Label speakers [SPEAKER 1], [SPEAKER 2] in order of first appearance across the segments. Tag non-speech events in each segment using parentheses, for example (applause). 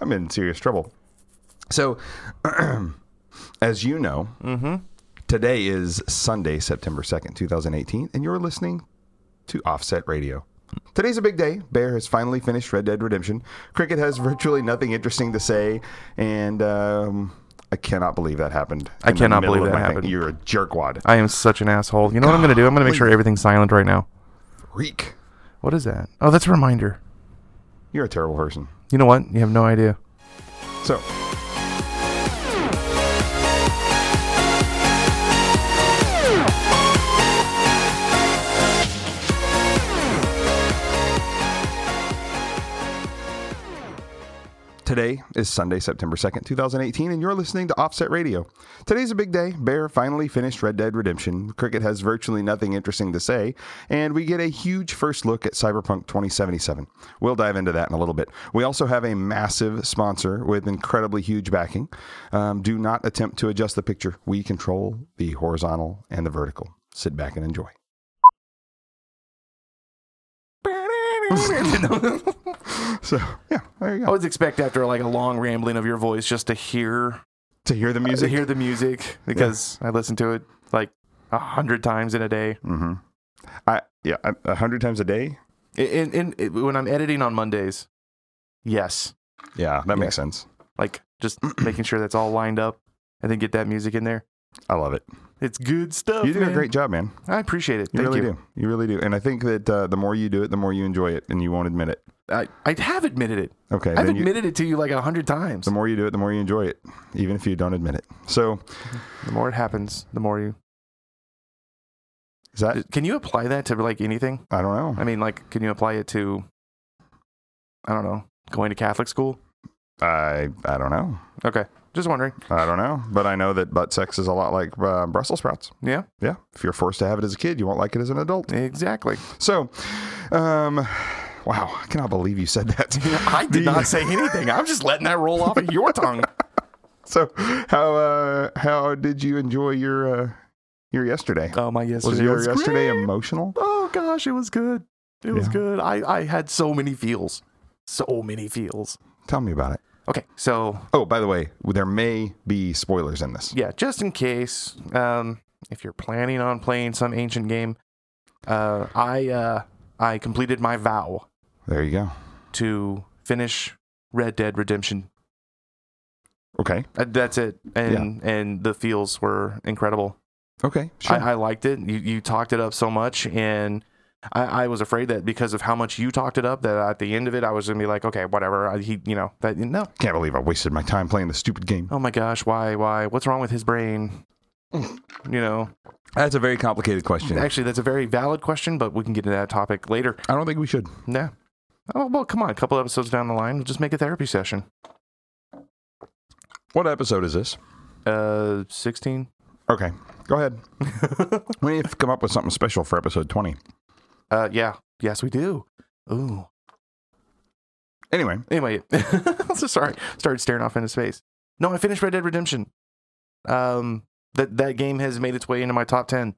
[SPEAKER 1] I'm in serious trouble. So, (clears throat) as you know,
[SPEAKER 2] Mm-hmm.
[SPEAKER 1] today is Sunday, September 2nd, 2018, and you're listening to Offset Radio. Today's a big day. Bear has finally finished Red Dead Redemption. Cricket has virtually nothing interesting to say, and um, I cannot believe that happened. I
[SPEAKER 2] cannot believe that happened.
[SPEAKER 1] You're a jerkwad.
[SPEAKER 2] I am such an asshole. You know what I'm gonna do? I'm gonna make sure everything's silent right now.
[SPEAKER 1] Reek.
[SPEAKER 2] What is that? Oh, that's a reminder.
[SPEAKER 1] You're a terrible person.
[SPEAKER 2] You know what? You have no (laughs) idea.
[SPEAKER 1] So, today is Sunday, September 2nd, 2018, and you're listening to Offset Radio. Today's a big day. Bear finally finished Red Dead Redemption. Cricket has virtually nothing interesting to say, and we get a huge first look at Cyberpunk 2077. We'll dive into that in a little bit. We also have a massive sponsor with incredibly huge backing. Um, do not attempt to adjust the picture. We control the horizontal and the vertical. Sit back and enjoy. (laughs) So, yeah, there you
[SPEAKER 2] I
[SPEAKER 1] go.
[SPEAKER 2] always expect after like a long rambling of your voice just to hear
[SPEAKER 1] To hear the
[SPEAKER 2] to
[SPEAKER 1] music.
[SPEAKER 2] hear the music because I listen to it like a hundred times in a day.
[SPEAKER 1] Mm-hmm. I yeah, I- a hundred times a day.
[SPEAKER 2] In, in, in- when I'm editing on Mondays, yes,
[SPEAKER 1] Yeah, that makes sense.
[SPEAKER 2] like just (clears throat) making sure that's all lined up and then get that music in there.
[SPEAKER 1] I love it.
[SPEAKER 2] It's good stuff.
[SPEAKER 1] You do a
[SPEAKER 2] man.
[SPEAKER 1] great job, man.
[SPEAKER 2] I appreciate it.
[SPEAKER 1] You
[SPEAKER 2] Thank
[SPEAKER 1] really
[SPEAKER 2] you.
[SPEAKER 1] do. You really do. And I think that uh, the more you do it, the more you enjoy it, and you won't admit it.
[SPEAKER 2] I, I have admitted it.
[SPEAKER 1] Okay.
[SPEAKER 2] I've
[SPEAKER 1] then you-
[SPEAKER 2] admitted it to you like a hundred times.
[SPEAKER 1] the more you do it, the more you enjoy it, even if you don't admit it. So
[SPEAKER 2] The more it happens, the more you.
[SPEAKER 1] is that?
[SPEAKER 2] Uh, Can you apply that to like anything?
[SPEAKER 1] I don't know.
[SPEAKER 2] I mean, like, can you apply it to? I don't know. Going to Catholic school.
[SPEAKER 1] I I don't know.
[SPEAKER 2] Okay, just wondering.
[SPEAKER 1] I don't know. But I know that butt sex is a lot like uh, Brussels sprouts.
[SPEAKER 2] Yeah,
[SPEAKER 1] Yeah. If you're forced to have it as a kid, you won't like it as an adult.
[SPEAKER 2] exactly. (laughs)
[SPEAKER 1] So, um, wow, I cannot believe you said that. (laughs)
[SPEAKER 2] I did
[SPEAKER 1] The-
[SPEAKER 2] not say anything. I'm just letting that roll off of your tongue.
[SPEAKER 1] So, how uh, how did you enjoy your uh, your yesterday?
[SPEAKER 2] (laughs) Oh my yesterday
[SPEAKER 1] was your
[SPEAKER 2] was
[SPEAKER 1] yesterday
[SPEAKER 2] great.
[SPEAKER 1] emotional?
[SPEAKER 2] Oh gosh, it was good. It was
[SPEAKER 1] Yeah.
[SPEAKER 2] good. I I had so many feels, so many feels.
[SPEAKER 1] Tell me about it.
[SPEAKER 2] Okay, so
[SPEAKER 1] Oh, by the way, there may be spoilers in this.
[SPEAKER 2] yeah, just in case, um, if you're planning on playing some ancient game, uh, I uh, I completed my vow
[SPEAKER 1] There you go.
[SPEAKER 2] to finish Red Dead Redemption.
[SPEAKER 1] Okay.
[SPEAKER 2] Uh, that's it, and and the feels were incredible.
[SPEAKER 1] Okay. Sure.
[SPEAKER 2] I, I liked it. You you talked it up so much, and I, I was afraid that because of how much you talked it up, that at the end of it, I was gonna be like, okay, whatever. I, he, you know, that no.
[SPEAKER 1] Can't believe I wasted my time playing the stupid game.
[SPEAKER 2] Oh my gosh, why, why? What's wrong with his brain? You know,
[SPEAKER 1] That's a very complicated question. I
[SPEAKER 2] actually, that's a very valid question, but we can get into that topic later.
[SPEAKER 1] don't think we should.
[SPEAKER 2] Yeah. Oh well, come on. A couple episodes down the line, we'll just make a therapy session.
[SPEAKER 1] What episode is this?
[SPEAKER 2] Uh,
[SPEAKER 1] (laughs)
[SPEAKER 2] sixteen.
[SPEAKER 1] Okay. Go ahead. we need to come up with something special for episode 20.
[SPEAKER 2] Uh, yeah. Yes, we do. Ooh.
[SPEAKER 1] Anyway,
[SPEAKER 2] Anyway, (laughs) I'm so sorry. Started staring off into space. No, I finished Red Dead Redemption. Um, that that game has made its way into my top ten,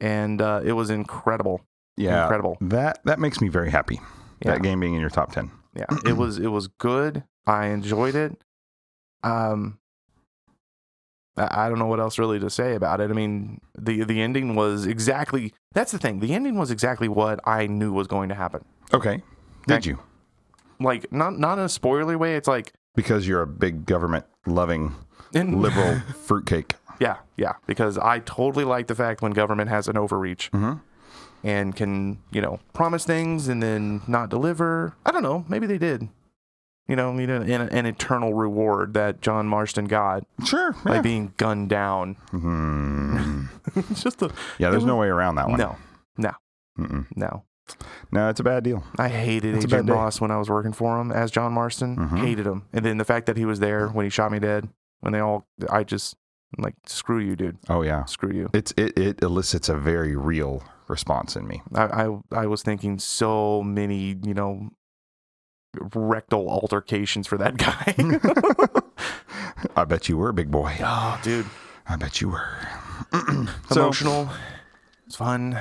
[SPEAKER 2] and uh, it was incredible.
[SPEAKER 1] yeah.
[SPEAKER 2] Incredible.
[SPEAKER 1] That that makes me very happy.
[SPEAKER 2] Yeah.
[SPEAKER 1] That game being in your top 10.
[SPEAKER 2] Yeah, it was it was good. I enjoyed it. Um, I, I don't know what else really to say about it. I mean, the the ending was exactly that's the thing. The ending was exactly what I knew was going to happen.
[SPEAKER 1] Okay. Did
[SPEAKER 2] Thank-
[SPEAKER 1] you?
[SPEAKER 2] Like not not in a spoilery way. It's like
[SPEAKER 1] Because you're a big government loving
[SPEAKER 2] in,
[SPEAKER 1] liberal fruitcake.
[SPEAKER 2] (laughs) Yeah, yeah, because I totally like the fact when government has an overreach
[SPEAKER 1] Mhm.
[SPEAKER 2] and can, you know, promise things and then not deliver. I don't know, maybe they did. You know, you know, an, an eternal reward that John Marston got
[SPEAKER 1] Sure.
[SPEAKER 2] by
[SPEAKER 1] yeah.
[SPEAKER 2] being
[SPEAKER 1] (laughs)
[SPEAKER 2] gunned down.
[SPEAKER 1] Hmm.
[SPEAKER 2] It's just a
[SPEAKER 1] Yeah, there's
[SPEAKER 2] It
[SPEAKER 1] no way around that one.
[SPEAKER 2] no,
[SPEAKER 1] Mm-mm.
[SPEAKER 2] no.
[SPEAKER 1] No, it's a bad deal.
[SPEAKER 2] I hated
[SPEAKER 1] That's a
[SPEAKER 2] Agent
[SPEAKER 1] bad day.
[SPEAKER 2] Moss when I was working for him as John Marston.
[SPEAKER 1] Mhm.
[SPEAKER 2] Hated him, and then the fact that he was there when he shot me dead. When they all, I just I'm like screw you, dude,
[SPEAKER 1] Oh yeah.
[SPEAKER 2] screw you.
[SPEAKER 1] It's it, it elicits a very real response
[SPEAKER 2] (laughs)
[SPEAKER 1] in me. (laughs)
[SPEAKER 2] I, I I was thinking so many, you know, rectal altercations for that (laughs)
[SPEAKER 1] (laughs)
[SPEAKER 2] guy.
[SPEAKER 1] I bet you were, big boy.
[SPEAKER 2] oh, dude,
[SPEAKER 1] I bet you were. (clears throat) so
[SPEAKER 2] emotional. It's fun.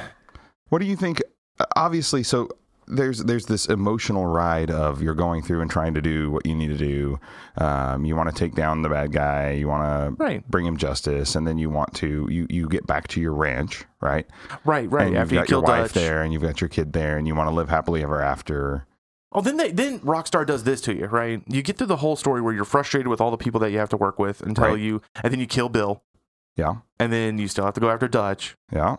[SPEAKER 1] what do you think uh, obviously so there's there's this emotional ride of you're going through and trying to do what you need to do. Um, you want to take down the bad guy. You want to
[SPEAKER 2] Right.
[SPEAKER 1] bring him justice, and then you want to you you get back to your ranch, right?
[SPEAKER 2] Right, right.
[SPEAKER 1] And
[SPEAKER 2] After
[SPEAKER 1] you've
[SPEAKER 2] you
[SPEAKER 1] got your
[SPEAKER 2] kill
[SPEAKER 1] wife
[SPEAKER 2] Dutch.
[SPEAKER 1] there, and you've got your kid there, and you want to live happily ever after.
[SPEAKER 2] Oh, then they then Rockstar does this to you, right? You get through the whole story where you're frustrated with all the people that you have to work with until
[SPEAKER 1] Right.
[SPEAKER 2] you and then you kill Bill.
[SPEAKER 1] Yeah.
[SPEAKER 2] And then you still have to go after Dutch.
[SPEAKER 1] Yeah,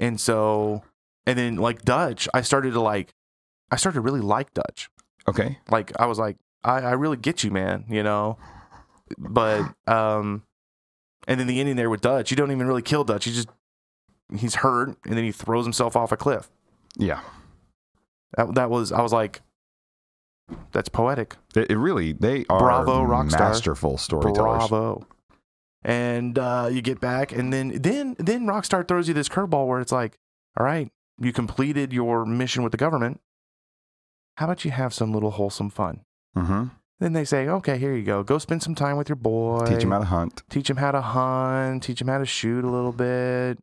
[SPEAKER 2] And so and then like Dutch, I started to like I started to really like Dutch.
[SPEAKER 1] okay,
[SPEAKER 2] Like I was like, I, I really get you, man, you know? But um and then the ending there with Dutch, you don't even really kill Dutch. You just he's hurt and then he throws himself off a cliff.
[SPEAKER 1] yeah.
[SPEAKER 2] That that was I was like that's poetic.
[SPEAKER 1] It, it really they are
[SPEAKER 2] Bravo, Rockstar.
[SPEAKER 1] masterful storytellers.
[SPEAKER 2] Bravo. And uh, you get back, and then then then Rockstar throws you this curveball where it's like, all right, you completed your mission with the government. How about you have some little wholesome fun?
[SPEAKER 1] hmm
[SPEAKER 2] Then they say, okay, here you go. Go spend some time with your boy.
[SPEAKER 1] Teach them how to hunt.
[SPEAKER 2] Teach him how to hunt. Teach him how to shoot a little bit.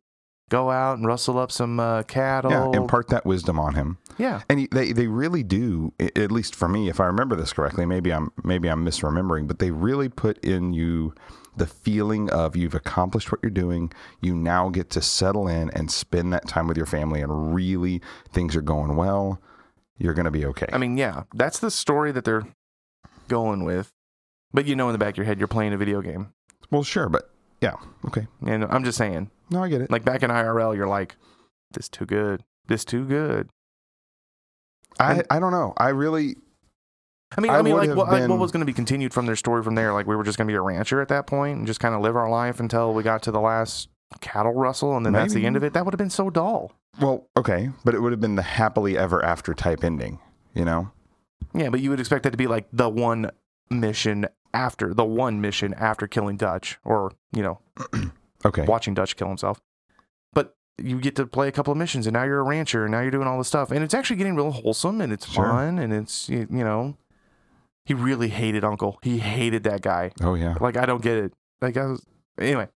[SPEAKER 2] Go out and rustle up some uh, cattle.
[SPEAKER 1] Yeah, impart that wisdom on him.
[SPEAKER 2] yeah.
[SPEAKER 1] And they they really do, i- at least for me, if I remember this correctly. Maybe I'm maybe I'm misremembering, but they really put in you the feeling of you've accomplished what you're doing. You now get to settle in and spend that time with your family, and really things are going well. You're gonna be okay.
[SPEAKER 2] I mean, yeah, that's the story that they're going with. But you know, in the back of your head, you're playing a video game.
[SPEAKER 1] well, sure, but yeah, okay.
[SPEAKER 2] And I'm just saying,
[SPEAKER 1] No, I get it.
[SPEAKER 2] Like back in IRL, you're like, this too good. This too good.
[SPEAKER 1] I I don't know. I really
[SPEAKER 2] I mean,
[SPEAKER 1] I
[SPEAKER 2] I, mean,
[SPEAKER 1] would
[SPEAKER 2] like
[SPEAKER 1] have
[SPEAKER 2] what, like,
[SPEAKER 1] been-
[SPEAKER 2] what was going to be continued from their story from there? Like we were just going to be a rancher at that point and just kind of live our life until we got to the last cattle rustle, and then that's the
[SPEAKER 1] Maybe.
[SPEAKER 2] end of it. That would have been so dull.
[SPEAKER 1] well, okay, but it would have been the happily ever after type ending. You know,
[SPEAKER 2] Yeah, but you would expect that to be like the one mission after the one mission after killing Dutch, or you know,
[SPEAKER 1] okay.
[SPEAKER 2] watching Dutch kill himself. But you get to play a couple of missions, and now you're a rancher, and now you're doing all this stuff, and it's actually getting real wholesome, and it's
[SPEAKER 1] Sure.
[SPEAKER 2] fun, and it's you, you know, he really hated Uncle. He hated that guy.
[SPEAKER 1] Oh yeah.
[SPEAKER 2] Like I don't get it. Like I was anyway.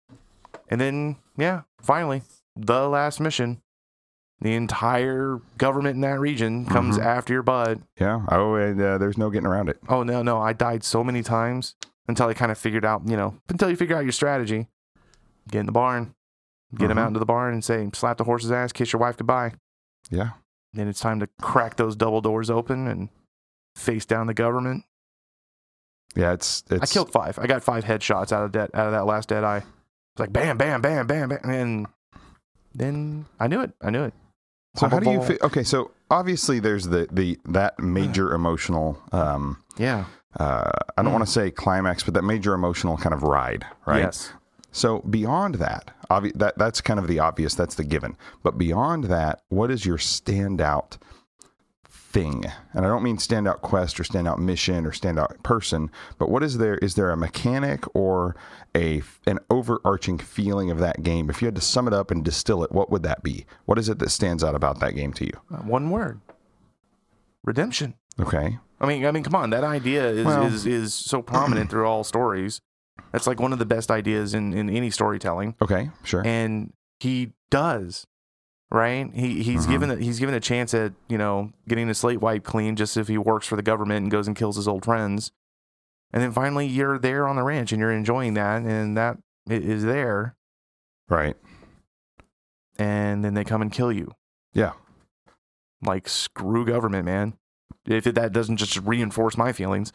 [SPEAKER 2] And then yeah, finally the last mission. The entire government in that region comes
[SPEAKER 1] Mhm.
[SPEAKER 2] after your butt.
[SPEAKER 1] Yeah. Oh, and uh, there's no getting around it.
[SPEAKER 2] Oh no, no, I died so many times until I kind of figured out, you know, until you figure out your strategy. Get in the barn, get him
[SPEAKER 1] Mhm.
[SPEAKER 2] out into the barn, and say, slap the horse's ass, kiss your wife goodbye.
[SPEAKER 1] Yeah.
[SPEAKER 2] Then it's time to crack those double doors open and face down the government.
[SPEAKER 1] Yeah. It's it's.
[SPEAKER 2] I killed five. I got five headshots out of that out of that last dead eye. It's like bam, bam, bam, bam, bam, and then I knew it. I knew it.
[SPEAKER 1] So Uh, how do you
[SPEAKER 2] Hubblebull.
[SPEAKER 1] feel? Okay, so obviously there's the the that major emotional. Um,
[SPEAKER 2] Yeah.
[SPEAKER 1] uh, I don't want to say climax, but that major emotional kind of ride, right?
[SPEAKER 2] Yes.
[SPEAKER 1] So beyond that, obvi- that that's kind of the obvious. That's the given. But beyond that, what is your standout thing? And I don't mean standout quest or standout mission or standout person, but what is there? Is there a mechanic or a an overarching feeling of that game? If you had to sum it up and distill it, what would that be? What is it that stands out about that game to you?
[SPEAKER 2] One word. Redemption.
[SPEAKER 1] Okay.
[SPEAKER 2] I mean, I mean, come on. That idea is
[SPEAKER 1] Well-
[SPEAKER 2] is, is so prominent through all stories. That's like one of the best ideas in in any storytelling.
[SPEAKER 1] Okay. Sure.
[SPEAKER 2] And he does, right? He he's
[SPEAKER 1] Mhm.
[SPEAKER 2] given a, he's given a chance at you know getting his slate wiped clean, just if he works for the government and goes and kills his old friends. And then finally, you're there on the ranch and you're enjoying that, and that i- is there.
[SPEAKER 1] right.
[SPEAKER 2] And then they come and kill you.
[SPEAKER 1] Yeah.
[SPEAKER 2] Like screw government, man. If that doesn't just reinforce my feelings.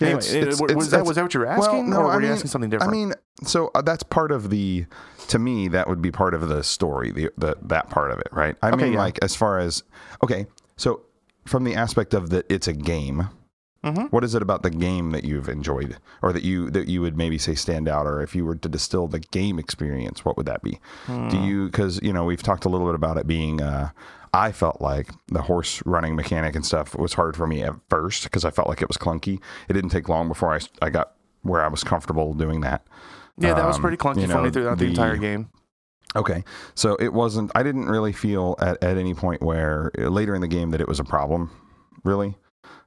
[SPEAKER 2] Anyway,
[SPEAKER 1] It's-
[SPEAKER 2] it-
[SPEAKER 1] it's- it's-
[SPEAKER 2] was, that,
[SPEAKER 1] that's-
[SPEAKER 2] was that what you were
[SPEAKER 1] well,
[SPEAKER 2] asking,
[SPEAKER 1] no,
[SPEAKER 2] or were
[SPEAKER 1] I
[SPEAKER 2] you
[SPEAKER 1] mean-
[SPEAKER 2] asking something
[SPEAKER 1] I
[SPEAKER 2] different?
[SPEAKER 1] mean, so uh, that's part of the. To me, that would be part of the story. The, the that part of it, right? I
[SPEAKER 2] Okay,
[SPEAKER 1] mean,
[SPEAKER 2] yeah.
[SPEAKER 1] like as far as okay, so from the aspect of that, it's a game.
[SPEAKER 2] Mhm.
[SPEAKER 1] What is it about the game that you've enjoyed, or that you that you would maybe say stand out, or if you were to distill the game experience, what would that be? Do you because you know we've talked a little bit about it being. Uh, I felt like the horse running mechanic and stuff was hard for me at first because I felt like it was clunky. It didn't take long before I s- I got where I was comfortable doing that.
[SPEAKER 2] yeah, that was
[SPEAKER 1] um,
[SPEAKER 2] pretty clunky
[SPEAKER 1] you
[SPEAKER 2] for me
[SPEAKER 1] know,
[SPEAKER 2] throughout the,
[SPEAKER 1] the-
[SPEAKER 2] entire game.
[SPEAKER 1] Okay. So it wasn't, I didn't really feel at, at any point where uh, later in the game that it was a problem, really.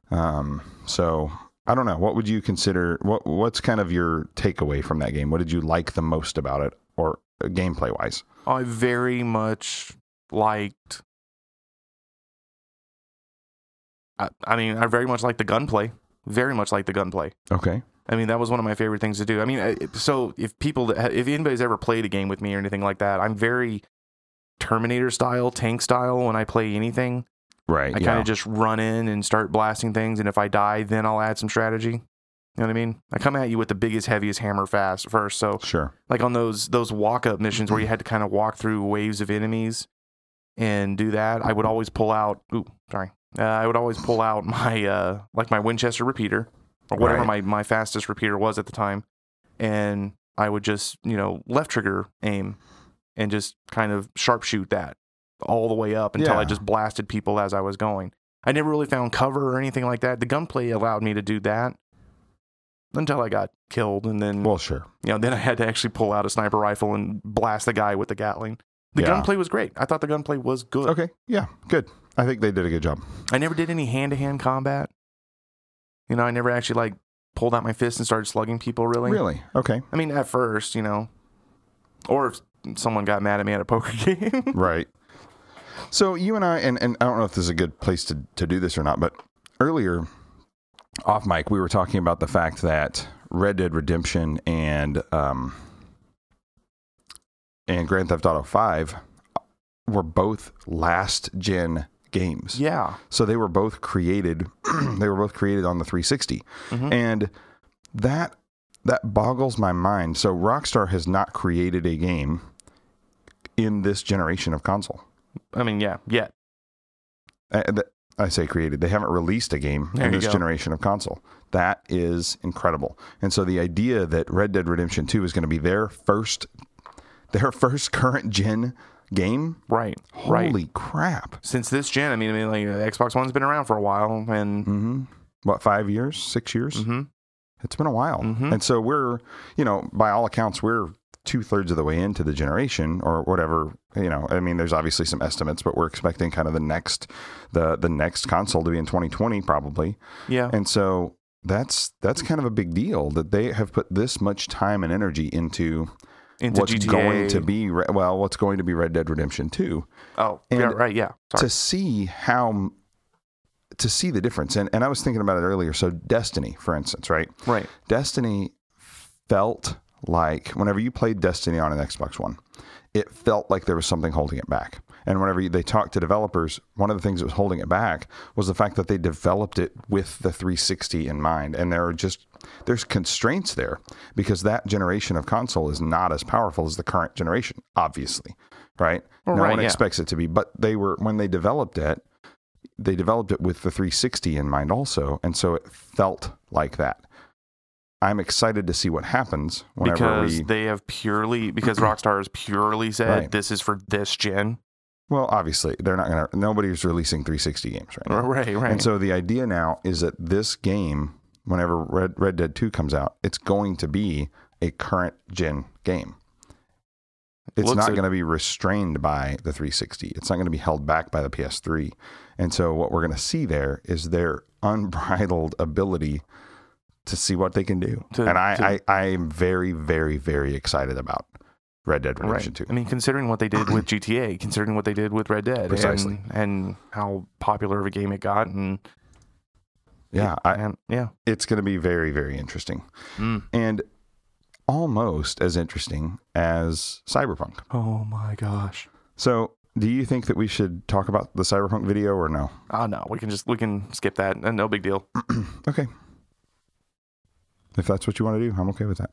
[SPEAKER 1] Um, so I don't know. What would you consider? What What's kind of your takeaway from that game? What did you like the most about it or uh, gameplay wise?
[SPEAKER 2] I very much liked I, I mean, I very much like the gunplay. Very much like the gunplay.
[SPEAKER 1] Okay.
[SPEAKER 2] I mean, that was one of my favorite things to do. I mean, I, so if people, that ha- if anybody's ever played a game with me or anything like that, I'm very Terminator style, tank style when I play anything.
[SPEAKER 1] Right.
[SPEAKER 2] I kind of just run in and start blasting things, and if I die, then I'll add some strategy. You know what I mean? I come at you with the biggest, heaviest hammer fast first. So
[SPEAKER 1] Sure.
[SPEAKER 2] like on those those walk up missions where you had to kind of walk through waves of enemies and do that i would always pull out ooh sorry uh, i would always pull out my uh like my winchester repeater or whatever
[SPEAKER 1] Right.
[SPEAKER 2] my my fastest repeater was at the time and i would just you know left trigger aim and just kind of sharpshoot that all the way up until
[SPEAKER 1] Yeah.
[SPEAKER 2] i just blasted people as i was going i never really found cover or anything like that the gunplay allowed me to do that until i got killed and then
[SPEAKER 1] Well, sure.
[SPEAKER 2] you know, then I had to actually pull out a sniper rifle and blast the guy with the Gatling. The
[SPEAKER 1] Yeah.
[SPEAKER 2] gunplay was great. I thought the gunplay was good.
[SPEAKER 1] Okay. Yeah. Good. I think they did a good job.
[SPEAKER 2] I never did any hand to hand combat. You know, I never actually like pulled out my fist and started slugging people really.
[SPEAKER 1] Really? Okay.
[SPEAKER 2] I mean, at first, you know, or if someone got mad at me at a poker (laughs) game.
[SPEAKER 1] Right. So you and I, and, and I don't know if this is a good place to, to do this or not, but earlier off mic, we were talking about the fact that Red Dead Redemption and um, and Grand Theft Auto Five were both last gen games.
[SPEAKER 2] yeah.
[SPEAKER 1] So they were both created. (clears throat) they were both created on the 360,
[SPEAKER 2] Mhm.
[SPEAKER 1] and that that boggles my mind. So Rockstar has not created a game in this generation of console.
[SPEAKER 2] I mean, yeah, yet.
[SPEAKER 1] I, th- I say created. They haven't released a game
[SPEAKER 2] There
[SPEAKER 1] in
[SPEAKER 2] you
[SPEAKER 1] this
[SPEAKER 2] go.
[SPEAKER 1] generation of console. That is incredible. And so the idea that Red Dead Redemption 2 is going to be their first their (laughs) first current gen game,
[SPEAKER 2] Right.
[SPEAKER 1] holy
[SPEAKER 2] Right.
[SPEAKER 1] crap.
[SPEAKER 2] Since this gen, I mean, I mean, like uh, Xbox One's been around for a while, and
[SPEAKER 1] hmm What, five years, six years?
[SPEAKER 2] Mhm.
[SPEAKER 1] It's been a while.
[SPEAKER 2] Mhm.
[SPEAKER 1] And so we're, you know, by all accounts, we're two thirds of the way into the generation or whatever. You know, I mean, there's obviously some estimates, but we're expecting kind of the next, the the next console to be in 2020 probably.
[SPEAKER 2] yeah,
[SPEAKER 1] And so that's that's kind of a big deal that they have put this much time and energy into
[SPEAKER 2] into
[SPEAKER 1] what's
[SPEAKER 2] GTA.
[SPEAKER 1] going to be Re- well, what's going to be Red Dead Redemption 2
[SPEAKER 2] Oh,
[SPEAKER 1] and-
[SPEAKER 2] yeah, right. Yeah. Sorry.
[SPEAKER 1] to see how to see the difference. And and I was thinking about it earlier. So Destiny, for instance, right?
[SPEAKER 2] right.
[SPEAKER 1] Destiny felt like whenever you played Destiny on an Xbox One, it felt like there was something holding it back. And whenever you- they talked to developers, one of the things that was holding it back was the fact that they developed it with the 360 in mind, and there are just there's constraints there because that generation of console is not as powerful as the current generation, obviously, right?
[SPEAKER 2] Well,
[SPEAKER 1] no
[SPEAKER 2] right,
[SPEAKER 1] one
[SPEAKER 2] yeah.
[SPEAKER 1] expects it to be, but they were when they developed it, they developed it with the 360 in mind also, and so it felt like that. I'm excited to see what happens whenever
[SPEAKER 2] because
[SPEAKER 1] we.
[SPEAKER 2] they have purely (clears throat) because Rockstar has purely said
[SPEAKER 1] Right.
[SPEAKER 2] this is for this gen.
[SPEAKER 1] Well, obviously, they're not going to. Nobody's releasing 360 games right now.
[SPEAKER 2] (laughs) Right, right.
[SPEAKER 1] And so the idea now is that this game, whenever Red, Red Dead 2 comes out, it's going to be a current gen game. It's
[SPEAKER 2] Looks
[SPEAKER 1] not
[SPEAKER 2] it.
[SPEAKER 1] going to be restrained by the 360. It's not going to be held back by the PS3. And so what we're going to see there is their (laughs) unbridled ability to see what they can do.
[SPEAKER 2] To-
[SPEAKER 1] and I,
[SPEAKER 2] to-
[SPEAKER 1] I, I am very, very, very excited about Red Dead Redemption 2.
[SPEAKER 2] right. I mean, considering what they did (clears throat) with GTA, considering what they did with Red Dead,
[SPEAKER 1] Precisely.
[SPEAKER 2] and, and how popular of a game it got, and
[SPEAKER 1] Yeah, I,
[SPEAKER 2] and yeah,
[SPEAKER 1] it's going to be very, very interesting.
[SPEAKER 2] Mm.
[SPEAKER 1] And almost as interesting as Cyberpunk.
[SPEAKER 2] oh my gosh.
[SPEAKER 1] So, do you think that we should talk about the Cyberpunk video or no?
[SPEAKER 2] Oh no, we can just we can skip that. Uh, No big deal.
[SPEAKER 1] Okay. If that's what you want to do, I'm okay with that.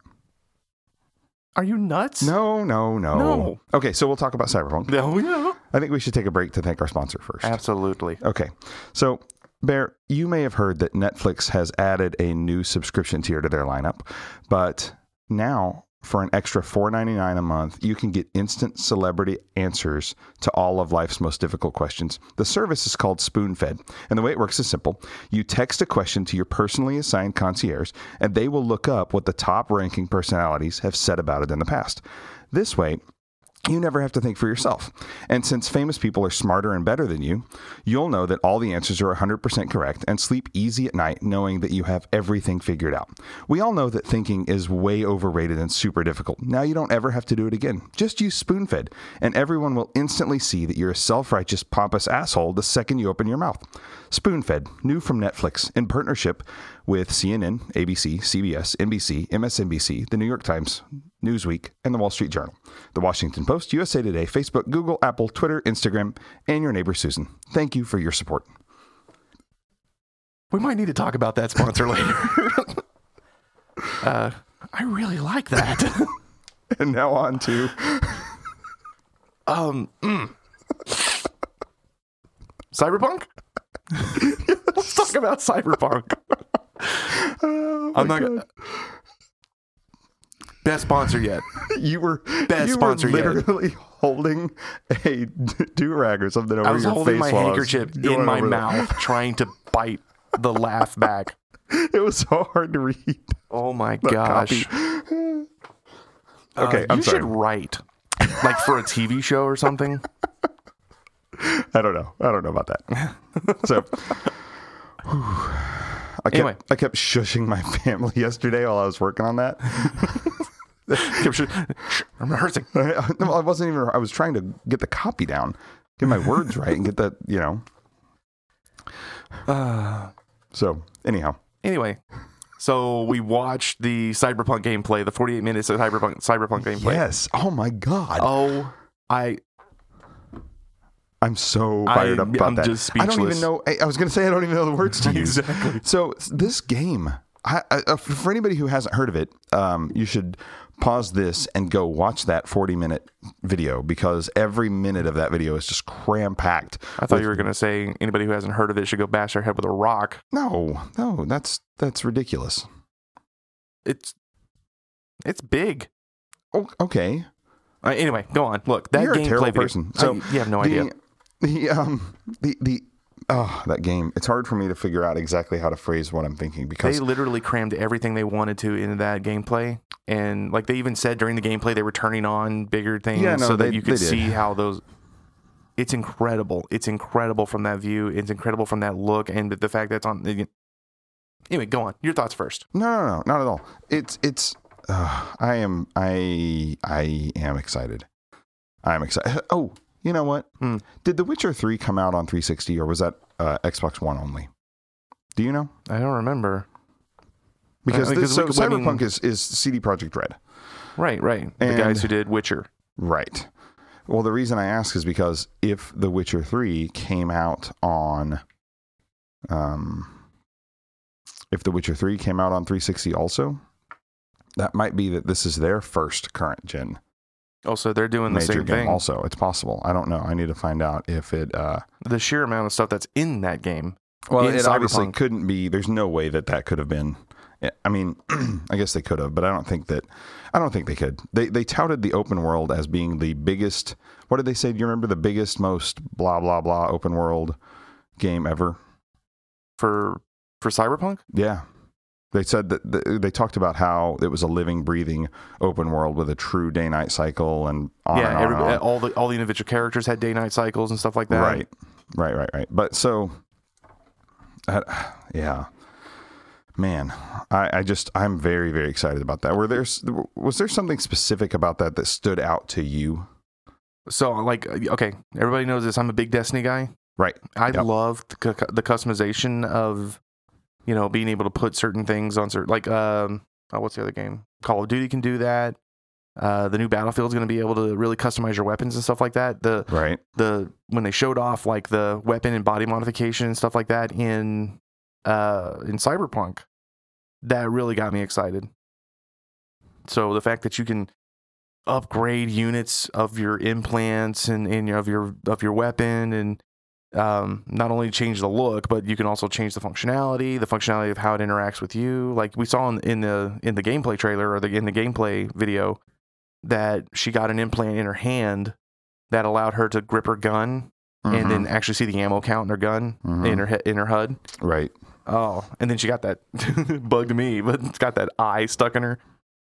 [SPEAKER 2] Are you nuts?
[SPEAKER 1] No, no, no.
[SPEAKER 2] No.
[SPEAKER 1] Okay, so we'll talk about Cyberpunk.
[SPEAKER 2] (laughs) No, no.
[SPEAKER 1] I think we should take a break to thank our sponsor first.
[SPEAKER 2] Absolutely.
[SPEAKER 1] Okay. So, Bear, you may have heard that Netflix has added a new subscription tier to their lineup, but now for an extra $4.99 a month, you can get instant celebrity answers to all of life's most difficult questions. The service is called Spoonfed, and the way it works is simple. You text a question to your personally assigned concierge, and they will look up what the top ranking personalities have said about it in the past. This way, you never have to think for yourself. And since famous people are smarter and better than you, you'll know that all the answers are 100% correct and sleep easy at night knowing that you have everything figured out. We all know that thinking is way overrated and super difficult. Now you don't ever have to do it again. Just use spoon-fed, and everyone will instantly see that you're a self-righteous, pompous asshole the second you open your mouth. Spoon-fed, new from Netflix, in partnership with CNN, ABC, CBS, NBC, MSNBC, The New York Times, Newsweek, and The Wall Street Journal, The Washington Post, USA Today, Facebook, Google, Apple, Twitter, Instagram, and your neighbor Susan. Thank you for your support. (laughs)
[SPEAKER 2] We might need to talk about that sponsor (laughs) later. uh, I really like (laughs) that.
[SPEAKER 1] And now on to (laughs)
[SPEAKER 2] um, mm. Cyberpunk. (laughs) Let's talk about Cyberpunk.
[SPEAKER 1] Oh
[SPEAKER 2] I'm not. gonna- Best sponsor yet.
[SPEAKER 1] you were
[SPEAKER 2] Best
[SPEAKER 1] you
[SPEAKER 2] sponsor
[SPEAKER 1] were
[SPEAKER 2] yet.
[SPEAKER 1] literally holding a (laughs) do rag or something over
[SPEAKER 2] I was
[SPEAKER 1] your
[SPEAKER 2] holding
[SPEAKER 1] face
[SPEAKER 2] my
[SPEAKER 1] while I was
[SPEAKER 2] handkerchief in
[SPEAKER 1] going
[SPEAKER 2] my
[SPEAKER 1] over that.
[SPEAKER 2] mouth, trying to bite the laugh back.
[SPEAKER 1] (laughs) It was so hard to read.
[SPEAKER 2] Oh my
[SPEAKER 1] the
[SPEAKER 2] gosh!
[SPEAKER 1] copy.
[SPEAKER 2] Uh,
[SPEAKER 1] okay, I'm
[SPEAKER 2] you
[SPEAKER 1] sorry.
[SPEAKER 2] should write like for a TV show
[SPEAKER 1] (laughs)
[SPEAKER 2] or something.
[SPEAKER 1] I don't know. I don't know about (laughs) that. So, whew. I kept,
[SPEAKER 2] Anyway.
[SPEAKER 1] I kept shushing my (laughs) family yesterday while I was working on that. (laughs)
[SPEAKER 2] Keep sh- sh- I'm rehearsing.
[SPEAKER 1] no, I wasn't even. I was trying to get the copy down, get my words right, and get that. You (sighs) know.
[SPEAKER 2] Uh,
[SPEAKER 1] So anyhow,
[SPEAKER 2] anyway, so we watched the Cyberpunk gameplay, the 48 minutes of Cyberpunk Cyberpunk gameplay.
[SPEAKER 1] yes. Oh my god,
[SPEAKER 2] Oh, I
[SPEAKER 1] I'm so fired
[SPEAKER 2] I-
[SPEAKER 1] up about
[SPEAKER 2] I'm
[SPEAKER 1] that.
[SPEAKER 2] just
[SPEAKER 1] I don't even
[SPEAKER 2] speechless.
[SPEAKER 1] know. I, I was going to say I don't even know the words
[SPEAKER 2] (laughs)
[SPEAKER 1] to use.
[SPEAKER 2] Exactly.
[SPEAKER 1] So s- this game, I, I, uh, for anybody who hasn't heard of it, um, you should pause this and go watch that 40 minute video because every minute of that video is just cram packed.
[SPEAKER 2] I thought you were gonna say anybody who hasn't heard of it should go bash their head with a rock.
[SPEAKER 1] No, no, that's that's ridiculous.
[SPEAKER 2] It's it's big.
[SPEAKER 1] Oh, okay.
[SPEAKER 2] Uh, anyway, go on. Look, that
[SPEAKER 1] You're a
[SPEAKER 2] gameplay
[SPEAKER 1] terrible
[SPEAKER 2] video-
[SPEAKER 1] person.
[SPEAKER 2] I-
[SPEAKER 1] So,
[SPEAKER 2] you have no
[SPEAKER 1] the,
[SPEAKER 2] idea.
[SPEAKER 1] (laughs) The um the the oh that game. It's hard for me to figure out exactly how to phrase what I'm thinking
[SPEAKER 2] They
[SPEAKER 1] because
[SPEAKER 2] literally crammed everything they wanted to into that gameplay, and like they even said during the gameplay, they were turning on bigger things
[SPEAKER 1] Yeah, no,
[SPEAKER 2] so
[SPEAKER 1] they-
[SPEAKER 2] that you
[SPEAKER 1] they
[SPEAKER 2] could
[SPEAKER 1] did.
[SPEAKER 2] see how those. It's incredible. It's incredible from that view. It's incredible from that look, and the fact that's on. Anyway, go on. Your thoughts first.
[SPEAKER 1] no no no not at all. It's it's uh, I am I I am excited. I'm excited. (laughs) Oh, you know what?
[SPEAKER 2] Hmm.
[SPEAKER 1] Did The Witcher three come out on 360 or was that uh, Xbox One only? Do you know?
[SPEAKER 2] I don't remember.
[SPEAKER 1] Because
[SPEAKER 2] Uh,
[SPEAKER 1] this, so
[SPEAKER 2] because we- I mean-
[SPEAKER 1] Cyberpunk is is CD Project Red.
[SPEAKER 2] Right, right.
[SPEAKER 1] And-
[SPEAKER 2] the guys who did Witcher.
[SPEAKER 1] Right. Well, the reason I ask is because if The Witcher 3 came out on um if The Witcher 3 came out on 360 also, that might be that this is their first current gen
[SPEAKER 2] Also, Oh, they're doing the
[SPEAKER 1] major
[SPEAKER 2] same
[SPEAKER 1] game
[SPEAKER 2] thing.
[SPEAKER 1] also. It's possible. I don't know. I need to find out if it uh
[SPEAKER 2] The sheer amount of stuff that's in that game.
[SPEAKER 1] well,
[SPEAKER 2] in
[SPEAKER 1] it obviously
[SPEAKER 2] Cyberpunk.
[SPEAKER 1] couldn't be. There's no way that that could have been. eh, I mean, (clears throat) I guess they could have, but I don't think that. I don't think they could. They they touted the open world as being the biggest. What did they say? Do you remember the biggest, most blah blah blah open world game ever?
[SPEAKER 2] for for Cyberpunk.
[SPEAKER 1] Yeah, they said that th- they talked about how it was a living, breathing open world with a true day night cycle and on and
[SPEAKER 2] yeah,
[SPEAKER 1] on and
[SPEAKER 2] everybody,
[SPEAKER 1] on.
[SPEAKER 2] all the all the individual characters had day night cycles and stuff like that.
[SPEAKER 1] Right, right, right, right. But so, I, yeah, man, I, I just I'm very very excited about that. Were there was there something specific about that that stood out to you?
[SPEAKER 2] So like, okay, everybody knows this. I'm a big Destiny guy.
[SPEAKER 1] Right.
[SPEAKER 2] I
[SPEAKER 1] Yep.
[SPEAKER 2] love the, cu- the customization of, you know, being able to put certain things on certain like um oh, what's the other game? Call of Duty can do that. Uh, the new Battlefield's going to be able to really customize your weapons and stuff like that. The
[SPEAKER 1] Right.
[SPEAKER 2] the when they showed off like the weapon and body modification and stuff like that in uh in cyberpunk that really got me excited so the fact that you can upgrade units of your implants and, and of your of your weapon and um, not only change the look but you can also change the functionality the functionality of how it interacts with you like we saw in, in the in the gameplay trailer or the in the gameplay video that she got an implant in her hand that allowed her to grip her gun
[SPEAKER 1] Mm-hmm.
[SPEAKER 2] and then actually see the ammo count in her gun
[SPEAKER 1] Mhm.
[SPEAKER 2] in her he- in her HUD.
[SPEAKER 1] right.
[SPEAKER 2] (laughs) Oh, and then she got that bugged me, but it's got that eye stuck in her.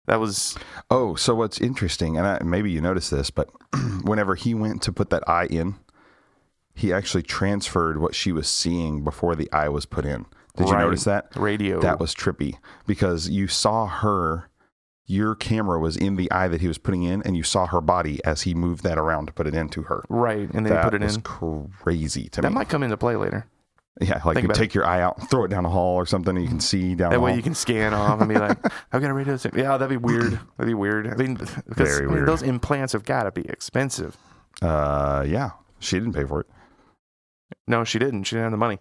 [SPEAKER 2] That was
[SPEAKER 1] Oh, so what's interesting, and I, maybe you noticed this, but (clears throat) whenever he went to put that eye in, he actually transferred what she was seeing before the eye was put in. Did you
[SPEAKER 2] Right.
[SPEAKER 1] notice that?
[SPEAKER 2] radio.
[SPEAKER 1] That was trippy because you saw her, your camera was in the eye that he was putting in, and you saw her body as he moved that around to put it into her.
[SPEAKER 2] right, and then
[SPEAKER 1] that
[SPEAKER 2] he put it in.
[SPEAKER 1] was crazy to
[SPEAKER 2] that
[SPEAKER 1] me.
[SPEAKER 2] might come into play later.
[SPEAKER 1] yeah, like
[SPEAKER 2] think
[SPEAKER 1] you
[SPEAKER 2] about
[SPEAKER 1] take your eye out, and throw it down the hall or something, and you can see down
[SPEAKER 2] That
[SPEAKER 1] the
[SPEAKER 2] way
[SPEAKER 1] hall.
[SPEAKER 2] you can scan off and be
[SPEAKER 1] (laughs)
[SPEAKER 2] like, I've got a radio. Sim-. Yeah, that'd be weird.
[SPEAKER 1] (clears throat)
[SPEAKER 2] That'd be weird. I mean, because
[SPEAKER 1] Very
[SPEAKER 2] I mean,
[SPEAKER 1] weird.
[SPEAKER 2] those implants have got to be expensive.
[SPEAKER 1] uh, yeah, she didn't pay for it,
[SPEAKER 2] No, she didn't. She didn't have the money.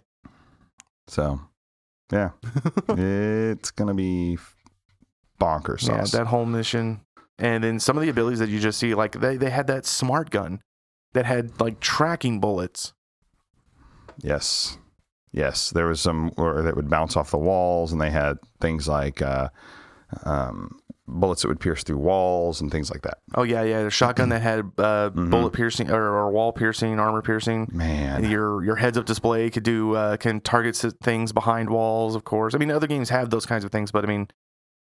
[SPEAKER 1] so yeah,
[SPEAKER 2] (laughs)
[SPEAKER 1] it's gonna be f- bonkers
[SPEAKER 2] Yeah,
[SPEAKER 1] sauce.
[SPEAKER 2] that whole mission. And then some of the abilities that you just see, like they, they had that smart gun that had like tracking bullets.
[SPEAKER 1] Yes. Yes. There was some or that would bounce off the walls, and they had things like uh, um, bullets that would pierce through walls and things like that.
[SPEAKER 2] Oh, yeah, yeah. The shotgun that had uh,
[SPEAKER 1] Mhm.
[SPEAKER 2] bullet piercing or, or wall piercing, armor piercing. And
[SPEAKER 1] Man.
[SPEAKER 2] your your heads up display could do uh, can target s- things behind walls. Of course, I mean other games have those kinds of things, but I mean,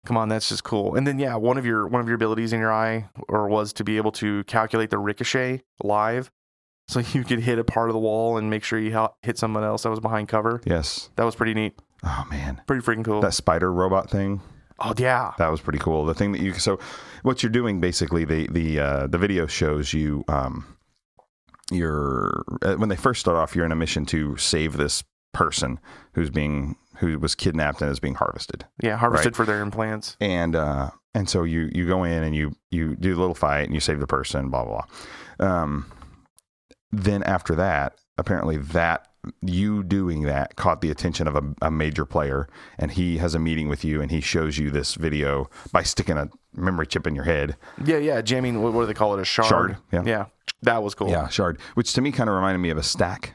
[SPEAKER 2] come on, that's just cool. And then yeah, one of your one of your abilities in your eye or was to be able to calculate the ricochet live, so (laughs) you could hit a part of the wall and make sure you hel- hit someone else that was behind cover.
[SPEAKER 1] Yes.
[SPEAKER 2] That was pretty neat,
[SPEAKER 1] Oh man.
[SPEAKER 2] pretty freaking cool.
[SPEAKER 1] That spider robot thing.
[SPEAKER 2] oh yeah,
[SPEAKER 1] That was pretty cool. The thing that you so what you're doing basically the the uh, the video shows you um you're uh, when they first start off you're in a mission to save this person who's being who was kidnapped and is being harvested.
[SPEAKER 2] yeah, harvested for their implants.
[SPEAKER 1] and uh and so you you go in and you you do the little fight and you save the person blah blah blah um then after that apparently that you doing that caught the attention of a, a major player and he has a meeting with you and he shows you this video by sticking a memory chip in your head
[SPEAKER 2] Yeah, yeah, jamming. What, what do they call it? A shard.
[SPEAKER 1] Shard, yeah.
[SPEAKER 2] that was cool.
[SPEAKER 1] yeah shard which to me kind of reminded me of a stack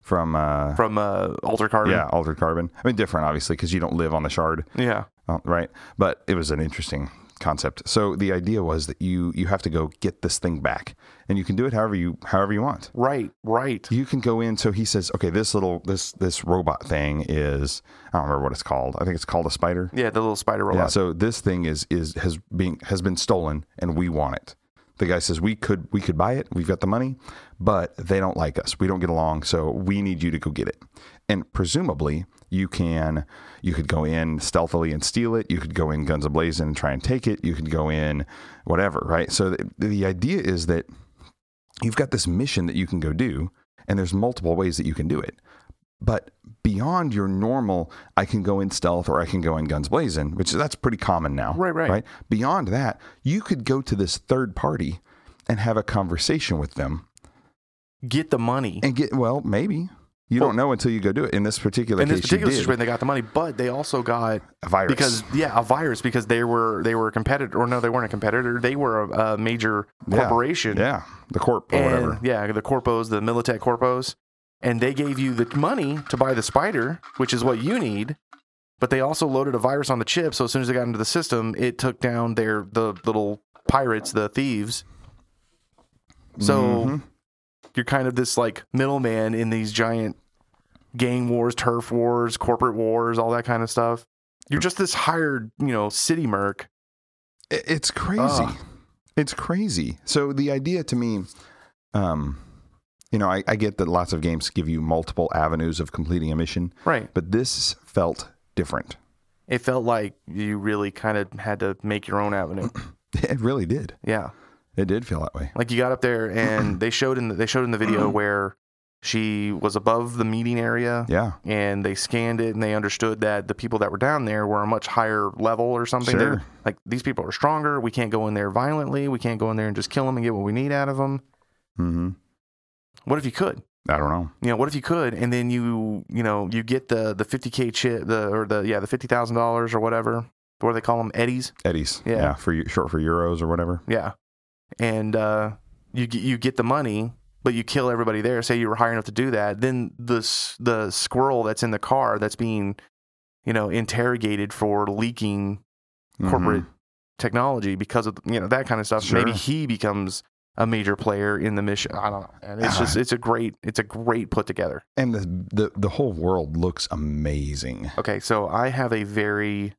[SPEAKER 1] from uh
[SPEAKER 2] From uh, Alter Carbon.
[SPEAKER 1] yeah altered carbon i mean different obviously because you don't live on the shard
[SPEAKER 2] yeah.
[SPEAKER 1] Oh, right? But it was an interesting concept. So the idea was that you you have to go get this thing back, and you can do it however you however you want.
[SPEAKER 2] Right, right.
[SPEAKER 1] You can go in. So he says, okay, this little this this robot thing is I don't remember what it's called. I think it's called a spider.
[SPEAKER 2] Yeah, the little spider robot.
[SPEAKER 1] Yeah. So this thing is is has been has been stolen, and we want it. The guy says we could we could buy it. We've got the money, but they don't like us. We don't get along, so we need you to go get it. And presumably, you can you could go in stealthily and steal it. You could go in guns ablazing and try and take it. You could go in whatever, right? So the, the idea is that you've got this mission that you can go do, and there's multiple ways that you can do it. But beyond your normal, I can go in stealth or I can go in guns blazing, which that's pretty common now.
[SPEAKER 2] Right, right.
[SPEAKER 1] Right. Beyond that, you could go to this third party and have a conversation with them
[SPEAKER 2] Get the money.
[SPEAKER 1] and get well, maybe. You
[SPEAKER 2] Well-
[SPEAKER 1] don't know until you go do it. In this particular
[SPEAKER 2] in this
[SPEAKER 1] case,
[SPEAKER 2] particular
[SPEAKER 1] you did.
[SPEAKER 2] situation, they got the money, but they also got
[SPEAKER 1] a virus.
[SPEAKER 2] because yeah, a virus because they were they were a competitor or no, they weren't a competitor. They were a, a major
[SPEAKER 1] Yeah.
[SPEAKER 2] corporation.
[SPEAKER 1] yeah, the corp or
[SPEAKER 2] and,
[SPEAKER 1] whatever.
[SPEAKER 2] Yeah, the corpos, the Militech corpos, and they gave you the money to buy the spider, which is what you need. But they also loaded a virus on the chip, so as soon as they got into the system, it took down their the little pirates, the thieves. So
[SPEAKER 1] Mhm.
[SPEAKER 2] you're kind of this like middleman in these giant gang wars, turf wars, corporate wars, all that kind of stuff. You're just this hired, you know, city merc.
[SPEAKER 1] I- it's crazy.
[SPEAKER 2] Ugh.
[SPEAKER 1] It's crazy. So the idea to me, um, you know, I, I get that lots of games give you multiple avenues of completing a mission,
[SPEAKER 2] Right.
[SPEAKER 1] but this felt different. (laughs)
[SPEAKER 2] It felt like you really kind of had to make your own avenue.
[SPEAKER 1] It really did.
[SPEAKER 2] Yeah.
[SPEAKER 1] It did feel that way.
[SPEAKER 2] Like you got up there and they showed in the, they showed in the video where she was above the meeting area
[SPEAKER 1] Yeah.
[SPEAKER 2] and they scanned it and they understood that the people that were down there were a much higher level or something. They're
[SPEAKER 1] Sure.
[SPEAKER 2] Like these people are stronger. We can't go in there violently. We can't go in there and just kill them and get what we need out of them.
[SPEAKER 1] hmm
[SPEAKER 2] What if you could?
[SPEAKER 1] I don't know.
[SPEAKER 2] You know, what if you could? And then you you know you get the the fifty k chip the or the yeah the fifty thousand dollars or whatever. What do they call them? Eddies.
[SPEAKER 1] Eddie's.
[SPEAKER 2] Yeah.
[SPEAKER 1] For eu- short for euros or whatever.
[SPEAKER 2] Yeah, and uh, you get- you get the money, but you kill everybody there. Say you were high enough to do that, then the s- the squirrel that's in the car that's being, you know, interrogated for leaking
[SPEAKER 1] Mhm.
[SPEAKER 2] corporate technology because of you know that kind of stuff.
[SPEAKER 1] Sure.
[SPEAKER 2] Maybe he becomes a major player in the mission. I don't know. And it's
[SPEAKER 1] Ah.
[SPEAKER 2] just it's a great it's a great put together.
[SPEAKER 1] And the, the the whole world looks amazing.
[SPEAKER 2] Okay, so I have a very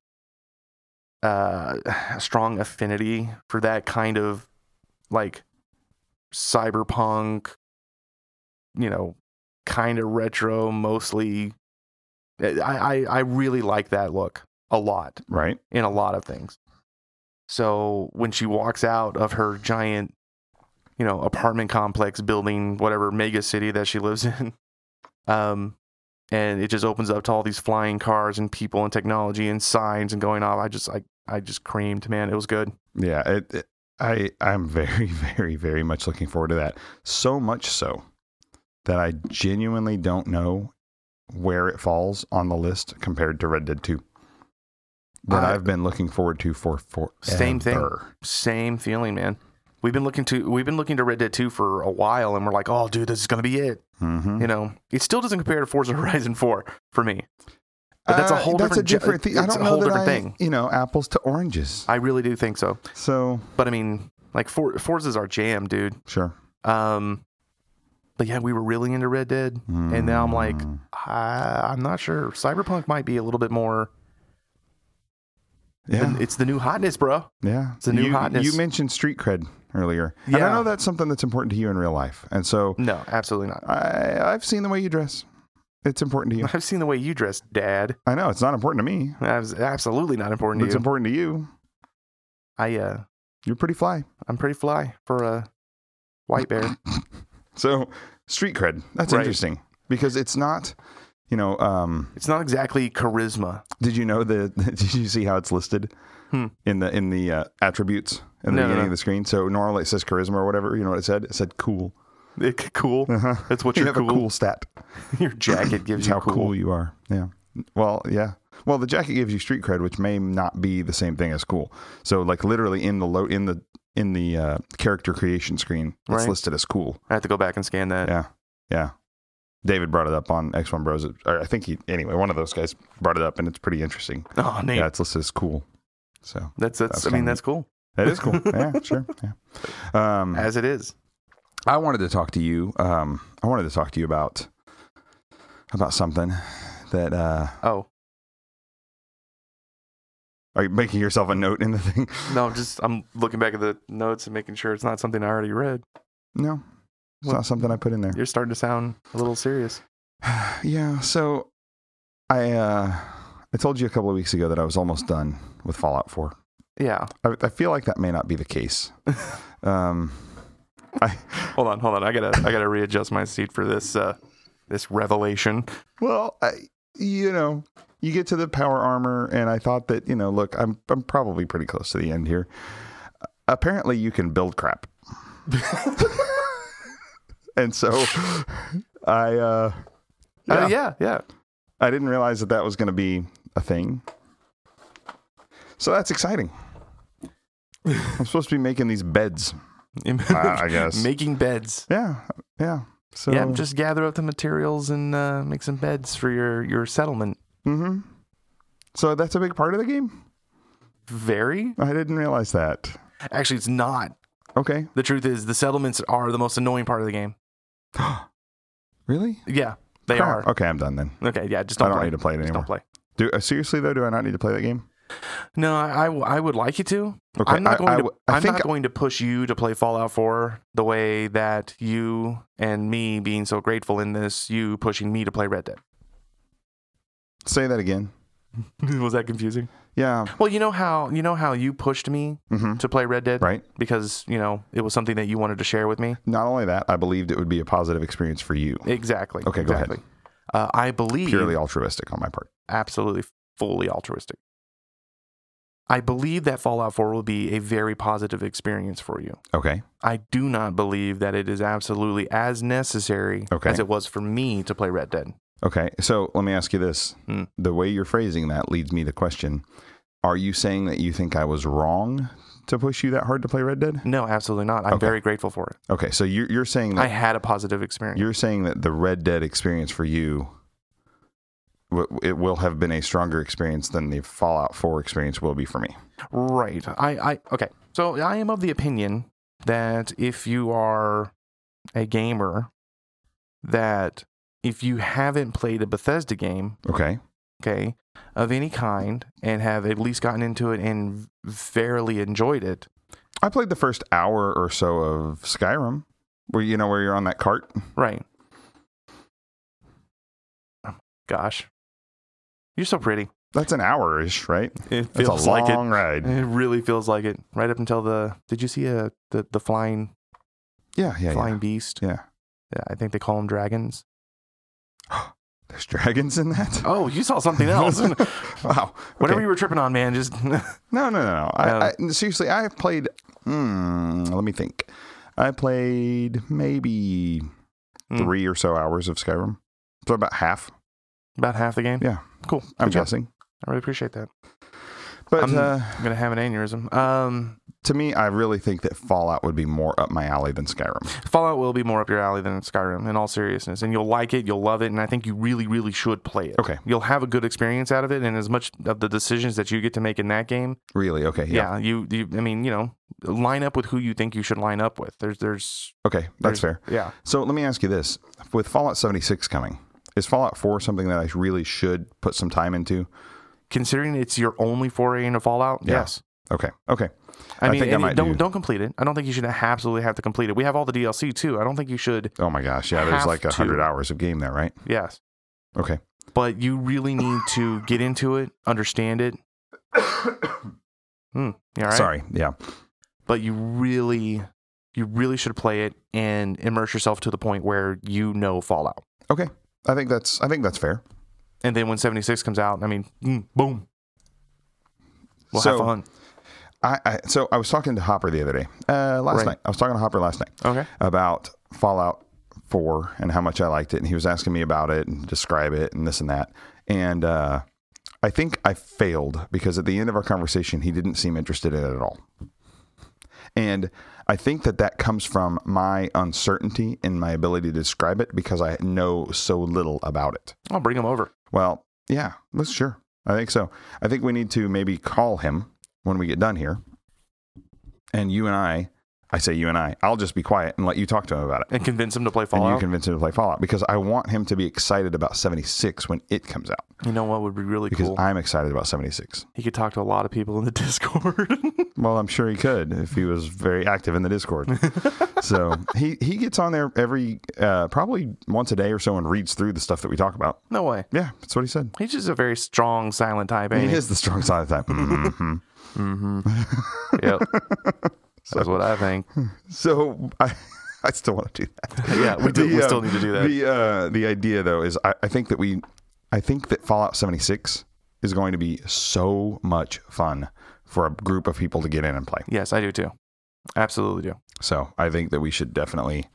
[SPEAKER 2] uh, uh, (sighs) a strong affinity for that kind of like cyberpunk, you know, kind of retro, mostly. eh, I, I, I really like that look a lot
[SPEAKER 1] right?
[SPEAKER 2] in a lot of things. So when she walks out of her giant, you know, apartment complex building, whatever mega city that she lives (laughs) in, um, and it just opens up to all these flying cars and people and technology and signs and going off. I just I I just creamed, man. It was good.
[SPEAKER 1] Yeah, it, it- I I'm very (laughs) very very much looking forward to that. So much so that I genuinely don't know where it falls on the list compared to Red Dead 2. That
[SPEAKER 2] I-
[SPEAKER 1] I've been looking forward to for forever.
[SPEAKER 2] Same thing. Same feeling, man. We've been looking to we've been looking to Red Dead 2 for a while and we're like, "Oh, dude, this is going to be it."
[SPEAKER 1] Mhm.
[SPEAKER 2] You know, it still doesn't compare to Forza (laughs) Horizon 4 for me. But that's a
[SPEAKER 1] Uh,
[SPEAKER 2] whole
[SPEAKER 1] that's
[SPEAKER 2] different,
[SPEAKER 1] a different
[SPEAKER 2] ju-
[SPEAKER 1] thing. I
[SPEAKER 2] it's
[SPEAKER 1] don't
[SPEAKER 2] a
[SPEAKER 1] know
[SPEAKER 2] whole
[SPEAKER 1] that
[SPEAKER 2] different
[SPEAKER 1] I,
[SPEAKER 2] thing.
[SPEAKER 1] you know, apples to oranges.
[SPEAKER 2] I really do think so.
[SPEAKER 1] So,
[SPEAKER 2] But I mean, like For- Forza's our jam, dude.
[SPEAKER 1] sure.
[SPEAKER 2] Um, but yeah, we were really into Red Dead, and now I'm like,
[SPEAKER 1] Mm.
[SPEAKER 2] I, I'm not sure. Cyberpunk might be a little bit more.
[SPEAKER 1] yeah.
[SPEAKER 2] It's the new hotness, bro.
[SPEAKER 1] Yeah.
[SPEAKER 2] It's a new
[SPEAKER 1] you,
[SPEAKER 2] hotness.
[SPEAKER 1] You mentioned street cred earlier. And I
[SPEAKER 2] Yeah.
[SPEAKER 1] know that's something that's important to you in real life. And so
[SPEAKER 2] No, absolutely not.
[SPEAKER 1] I, I've seen the way you dress. It's important
[SPEAKER 2] (laughs)
[SPEAKER 1] to you.
[SPEAKER 2] I've seen the way you dress, Dad.
[SPEAKER 1] I know it's not important to me,
[SPEAKER 2] That was absolutely not
[SPEAKER 1] but
[SPEAKER 2] important to
[SPEAKER 1] it's
[SPEAKER 2] you.
[SPEAKER 1] important to you.
[SPEAKER 2] I, uh,
[SPEAKER 1] You're pretty fly.
[SPEAKER 2] I'm pretty fly for a
[SPEAKER 1] (clears throat)
[SPEAKER 2] white bear.
[SPEAKER 1] So street cred. That's
[SPEAKER 2] Right.
[SPEAKER 1] interesting because it's not. You know, um,
[SPEAKER 2] It's not exactly charisma.
[SPEAKER 1] did you know the? (laughs) Did you see how it's listed
[SPEAKER 2] Hmm.
[SPEAKER 1] in the in the uh, attributes in the
[SPEAKER 2] No, no,
[SPEAKER 1] beginning
[SPEAKER 2] no.
[SPEAKER 1] of the screen? So normally it says charisma or whatever. You know what it said? It said cool.
[SPEAKER 2] It, cool.
[SPEAKER 1] Uh-huh.
[SPEAKER 2] That's
[SPEAKER 1] (laughs)
[SPEAKER 2] what
[SPEAKER 1] you
[SPEAKER 2] your
[SPEAKER 1] have
[SPEAKER 2] cool,
[SPEAKER 1] a cool stat.
[SPEAKER 2] Your jacket
[SPEAKER 1] It's
[SPEAKER 2] gives you
[SPEAKER 1] how cool.
[SPEAKER 2] cool.
[SPEAKER 1] you are. Yeah. Well, yeah. Well, the jacket gives you street cred, which may not be the same thing as cool. So, like literally in the low in the in the uh, character creation screen, it's
[SPEAKER 2] Right.
[SPEAKER 1] listed as cool.
[SPEAKER 2] I have to go back and scan that.
[SPEAKER 1] Yeah. Yeah. David brought it up on X1 Bros. Or I think he, anyway, one of those guys brought it up and it's pretty interesting.
[SPEAKER 2] Oh, Nate,
[SPEAKER 1] Yeah, it's listed as cool. So
[SPEAKER 2] that's that's.
[SPEAKER 1] that's
[SPEAKER 2] I mean,
[SPEAKER 1] kinda
[SPEAKER 2] that's cool
[SPEAKER 1] that is
[SPEAKER 2] (laughs)
[SPEAKER 1] cool. yeah, sure. Yeah. Um,
[SPEAKER 2] as it is.
[SPEAKER 1] I wanted to talk to you. Um, I wanted to talk to you about, about something that, uh,
[SPEAKER 2] Oh
[SPEAKER 1] are you making yourself a note in the thing?
[SPEAKER 2] no, just I'm looking back at the notes and making sure it's not something I already read.
[SPEAKER 1] No, it's
[SPEAKER 2] What-
[SPEAKER 1] not something I put in there.
[SPEAKER 2] You're starting to sound a little serious.
[SPEAKER 1] yeah. So I, uh, I told you a couple of weeks ago that I was almost done with Fallout 4.
[SPEAKER 2] Yeah.
[SPEAKER 1] I, I feel like that may not be the
[SPEAKER 2] (laughs)
[SPEAKER 1] case. Um, I,
[SPEAKER 2] Hold on, hold on. I gotta I gotta readjust my seat for this uh this revelation.
[SPEAKER 1] well, I, you know, you get to the power armor, and I thought that you know, look, I'm I'm probably pretty close to the end here. Apparently, you can build
[SPEAKER 2] (laughs)
[SPEAKER 1] crap, and so I uh,
[SPEAKER 2] Yeah,
[SPEAKER 1] Yeah.
[SPEAKER 2] yeah, yeah.
[SPEAKER 1] I didn't realize that that was going to be a thing. So that's exciting. (laughs) I'm supposed to be making these beds. I I guess.
[SPEAKER 2] (laughs) Making beds.
[SPEAKER 1] Yeah, yeah. So
[SPEAKER 2] Yeah, just gather up the materials and uh, make some beds for your your settlement.
[SPEAKER 1] hmm So that's a big part of the game.
[SPEAKER 2] Very
[SPEAKER 1] I didn't realize that.
[SPEAKER 2] actually, it's not.
[SPEAKER 1] Okay,
[SPEAKER 2] The truth is, the settlements are the most annoying part of the game.
[SPEAKER 1] really?
[SPEAKER 2] Yeah, they
[SPEAKER 1] Crap.
[SPEAKER 2] are.
[SPEAKER 1] Okay, I'm done then.
[SPEAKER 2] Okay, yeah, just
[SPEAKER 1] I
[SPEAKER 2] don't
[SPEAKER 1] don't
[SPEAKER 2] play.
[SPEAKER 1] need to play it
[SPEAKER 2] just
[SPEAKER 1] anymore.
[SPEAKER 2] don't play.
[SPEAKER 1] Do uh, seriously though? Do I not need to play that game?
[SPEAKER 2] No, I, I w- I would like you to.
[SPEAKER 1] Okay,
[SPEAKER 2] I'm not
[SPEAKER 1] I-
[SPEAKER 2] going
[SPEAKER 1] I
[SPEAKER 2] to.
[SPEAKER 1] w- I
[SPEAKER 2] am
[SPEAKER 1] think-
[SPEAKER 2] not going to push you to play Fallout 4 the way that you and me being so grateful in this, you pushing me to play Red (laughs) Dead.
[SPEAKER 1] Say that again.
[SPEAKER 2] Was that confusing?
[SPEAKER 1] Yeah.
[SPEAKER 2] Well, you know how you know how you pushed me
[SPEAKER 1] hmm
[SPEAKER 2] to play Red Dead
[SPEAKER 1] Right.
[SPEAKER 2] because you know it was something that you wanted to share with me.
[SPEAKER 1] Not only that, I believed it would be a positive experience for you.
[SPEAKER 2] Exactly.
[SPEAKER 1] Okay, go ahead.
[SPEAKER 2] exactly. Uh, I believe
[SPEAKER 1] Purely altruistic on my part.
[SPEAKER 2] absolutely fully altruistic. I believe that Fallout 4 will be a very positive experience for you.
[SPEAKER 1] Okay.
[SPEAKER 2] I do not believe that it is absolutely as necessary
[SPEAKER 1] Okay.
[SPEAKER 2] as it was for me to play Red Dead.
[SPEAKER 1] Okay. So let me ask you this:
[SPEAKER 2] Hmm.
[SPEAKER 1] the way you're phrasing that leads me to question: Are you saying that you think I was wrong to push you that hard to play Red Dead?
[SPEAKER 2] No, absolutely not. I'm
[SPEAKER 1] Okay.
[SPEAKER 2] very grateful for it.
[SPEAKER 1] Okay. So you're you're saying that
[SPEAKER 2] I had a positive experience.
[SPEAKER 1] You're saying that the Red Dead experience for you, w- it will have been a stronger experience than the Fallout 4 experience will be for me.
[SPEAKER 2] Right. I, I okay. So I am of the opinion that if you are a gamer, that if you haven't played a Bethesda game,
[SPEAKER 1] Okay.
[SPEAKER 2] okay, of any kind and have at least gotten into it and fairly enjoyed it.
[SPEAKER 1] I played the first hour or so of Skyrim, where you know where you're on that cart.
[SPEAKER 2] Right. Oh my Gosh. You're so pretty.
[SPEAKER 1] That's an hour ish, right?
[SPEAKER 2] It
[SPEAKER 1] That's
[SPEAKER 2] feels
[SPEAKER 1] a
[SPEAKER 2] like it.
[SPEAKER 1] long ride.
[SPEAKER 2] It really feels like it. Right up until the did you see uh the, the flying
[SPEAKER 1] Yeah, yeah,
[SPEAKER 2] flying
[SPEAKER 1] yeah.
[SPEAKER 2] beast?
[SPEAKER 1] Yeah.
[SPEAKER 2] Yeah, I think they call them dragons.
[SPEAKER 1] There's dragons in that.
[SPEAKER 2] (laughs) Oh, you saw something (laughs) else.
[SPEAKER 1] (laughs) wow.
[SPEAKER 2] Whatever
[SPEAKER 1] Okay.
[SPEAKER 2] you were tripping on, man, just (laughs)
[SPEAKER 1] No, no, no, no. I,
[SPEAKER 2] Uh,
[SPEAKER 1] I, seriously, I have played. Mm, let me think. I played maybe
[SPEAKER 2] Hmm.
[SPEAKER 1] three or so hours of Skyrim. So about half,
[SPEAKER 2] about half the game.
[SPEAKER 1] Yeah.
[SPEAKER 2] Cool.
[SPEAKER 1] I'm
[SPEAKER 2] Good job.
[SPEAKER 1] guessing.
[SPEAKER 2] I really appreciate that.
[SPEAKER 1] But
[SPEAKER 2] I'm-
[SPEAKER 1] uh,
[SPEAKER 2] I'm gonna have an aneurysm. Um,
[SPEAKER 1] to me, I really think that Fallout would be more up my alley than Skyrim.
[SPEAKER 2] Fallout will be more up your alley than Skyrim, in all seriousness, and you'll like it, you'll love it, and I think you really, really should play it.
[SPEAKER 1] Okay.
[SPEAKER 2] you'll have a good experience out of it, and as much of the decisions that you get to make in that game,
[SPEAKER 1] Really? Okay. Yeah.
[SPEAKER 2] yeah, you, you, I mean, you know, line up with who you think you should line up with. There's, there's,
[SPEAKER 1] Okay. That's fair.
[SPEAKER 2] yeah,
[SPEAKER 1] So let me ask you this: With Fallout 76 coming, is Fallout 4 something that I really should put some time into?
[SPEAKER 2] considering it's your only foray into Fallout,
[SPEAKER 1] Yeah.
[SPEAKER 2] yes.
[SPEAKER 1] Okay. Okay.
[SPEAKER 2] I
[SPEAKER 1] I
[SPEAKER 2] mean,
[SPEAKER 1] think I
[SPEAKER 2] and
[SPEAKER 1] might
[SPEAKER 2] don't
[SPEAKER 1] do.
[SPEAKER 2] not complete it. I don't think you should absolutely have to complete it. We have all the DLC too. I don't think you should.
[SPEAKER 1] Oh my gosh. Yeah. There's
[SPEAKER 2] Have
[SPEAKER 1] like a hundred
[SPEAKER 2] to.
[SPEAKER 1] hours of game there, right?
[SPEAKER 2] Yes,
[SPEAKER 1] Okay.
[SPEAKER 2] but you really need to get into it, understand it. (coughs) Hmm. You all right?
[SPEAKER 1] Sorry. Yeah.
[SPEAKER 2] but you really you really should play it and immerse yourself to the point where you know fallout
[SPEAKER 1] Okay. I think that's I think that's fair.
[SPEAKER 2] and then when 76 comes out i mean mm, boom we'll
[SPEAKER 1] So-
[SPEAKER 2] have fun
[SPEAKER 1] I, I so I was talking to Hopper the other day. Uh, last
[SPEAKER 2] Right.
[SPEAKER 1] night I was talking to Hopper last night
[SPEAKER 2] okay
[SPEAKER 1] about Fallout Four and how much I liked it, and he was asking me about it and describe it and this and that. And uh, I think I failed because at the end of our conversation, he didn't seem interested in it at all. And I think that that comes from my uncertainty in my ability to describe it because I know so little about it.
[SPEAKER 2] i'll bring them over
[SPEAKER 1] Well, yeah, let's sure. I think so. I think we need to maybe call him when we get done here. And you and I, I say you and I, I'll just be quiet and let you talk to him about it.
[SPEAKER 2] and convince them to play
[SPEAKER 1] And you
[SPEAKER 2] fallout you,
[SPEAKER 1] convince him to play Fallout because I want him to be excited about 76 when it comes out
[SPEAKER 2] know what would be really
[SPEAKER 1] because
[SPEAKER 2] cool
[SPEAKER 1] I'm excited about 76.
[SPEAKER 2] he could talk to a lot of people in the (laughs) discord
[SPEAKER 1] Well, I'm sure he could if he was very active in the
[SPEAKER 2] (laughs)
[SPEAKER 1] Discord. so he, he gets on there every, uh, probably once a day or so and reads through the stuff that we talk about.
[SPEAKER 2] no way
[SPEAKER 1] Yeah, that's what he said.
[SPEAKER 2] he's just a very strong silent type ain't
[SPEAKER 1] He
[SPEAKER 2] he
[SPEAKER 1] is the strong side of
[SPEAKER 2] (laughs)
[SPEAKER 1] that. Mhm. (laughs)
[SPEAKER 2] mm-hmm. yep that's what i think
[SPEAKER 1] So I, (laughs) I still want to do that.
[SPEAKER 2] yeah we, do, we
[SPEAKER 1] The, uh,
[SPEAKER 2] still need to do that
[SPEAKER 1] The uh, the idea though is I, I think that we, I think that Fallout 76 is going to be so much fun for a group of people to get in and play.
[SPEAKER 2] yes i do too absolutely do
[SPEAKER 1] So I think that we should definitely.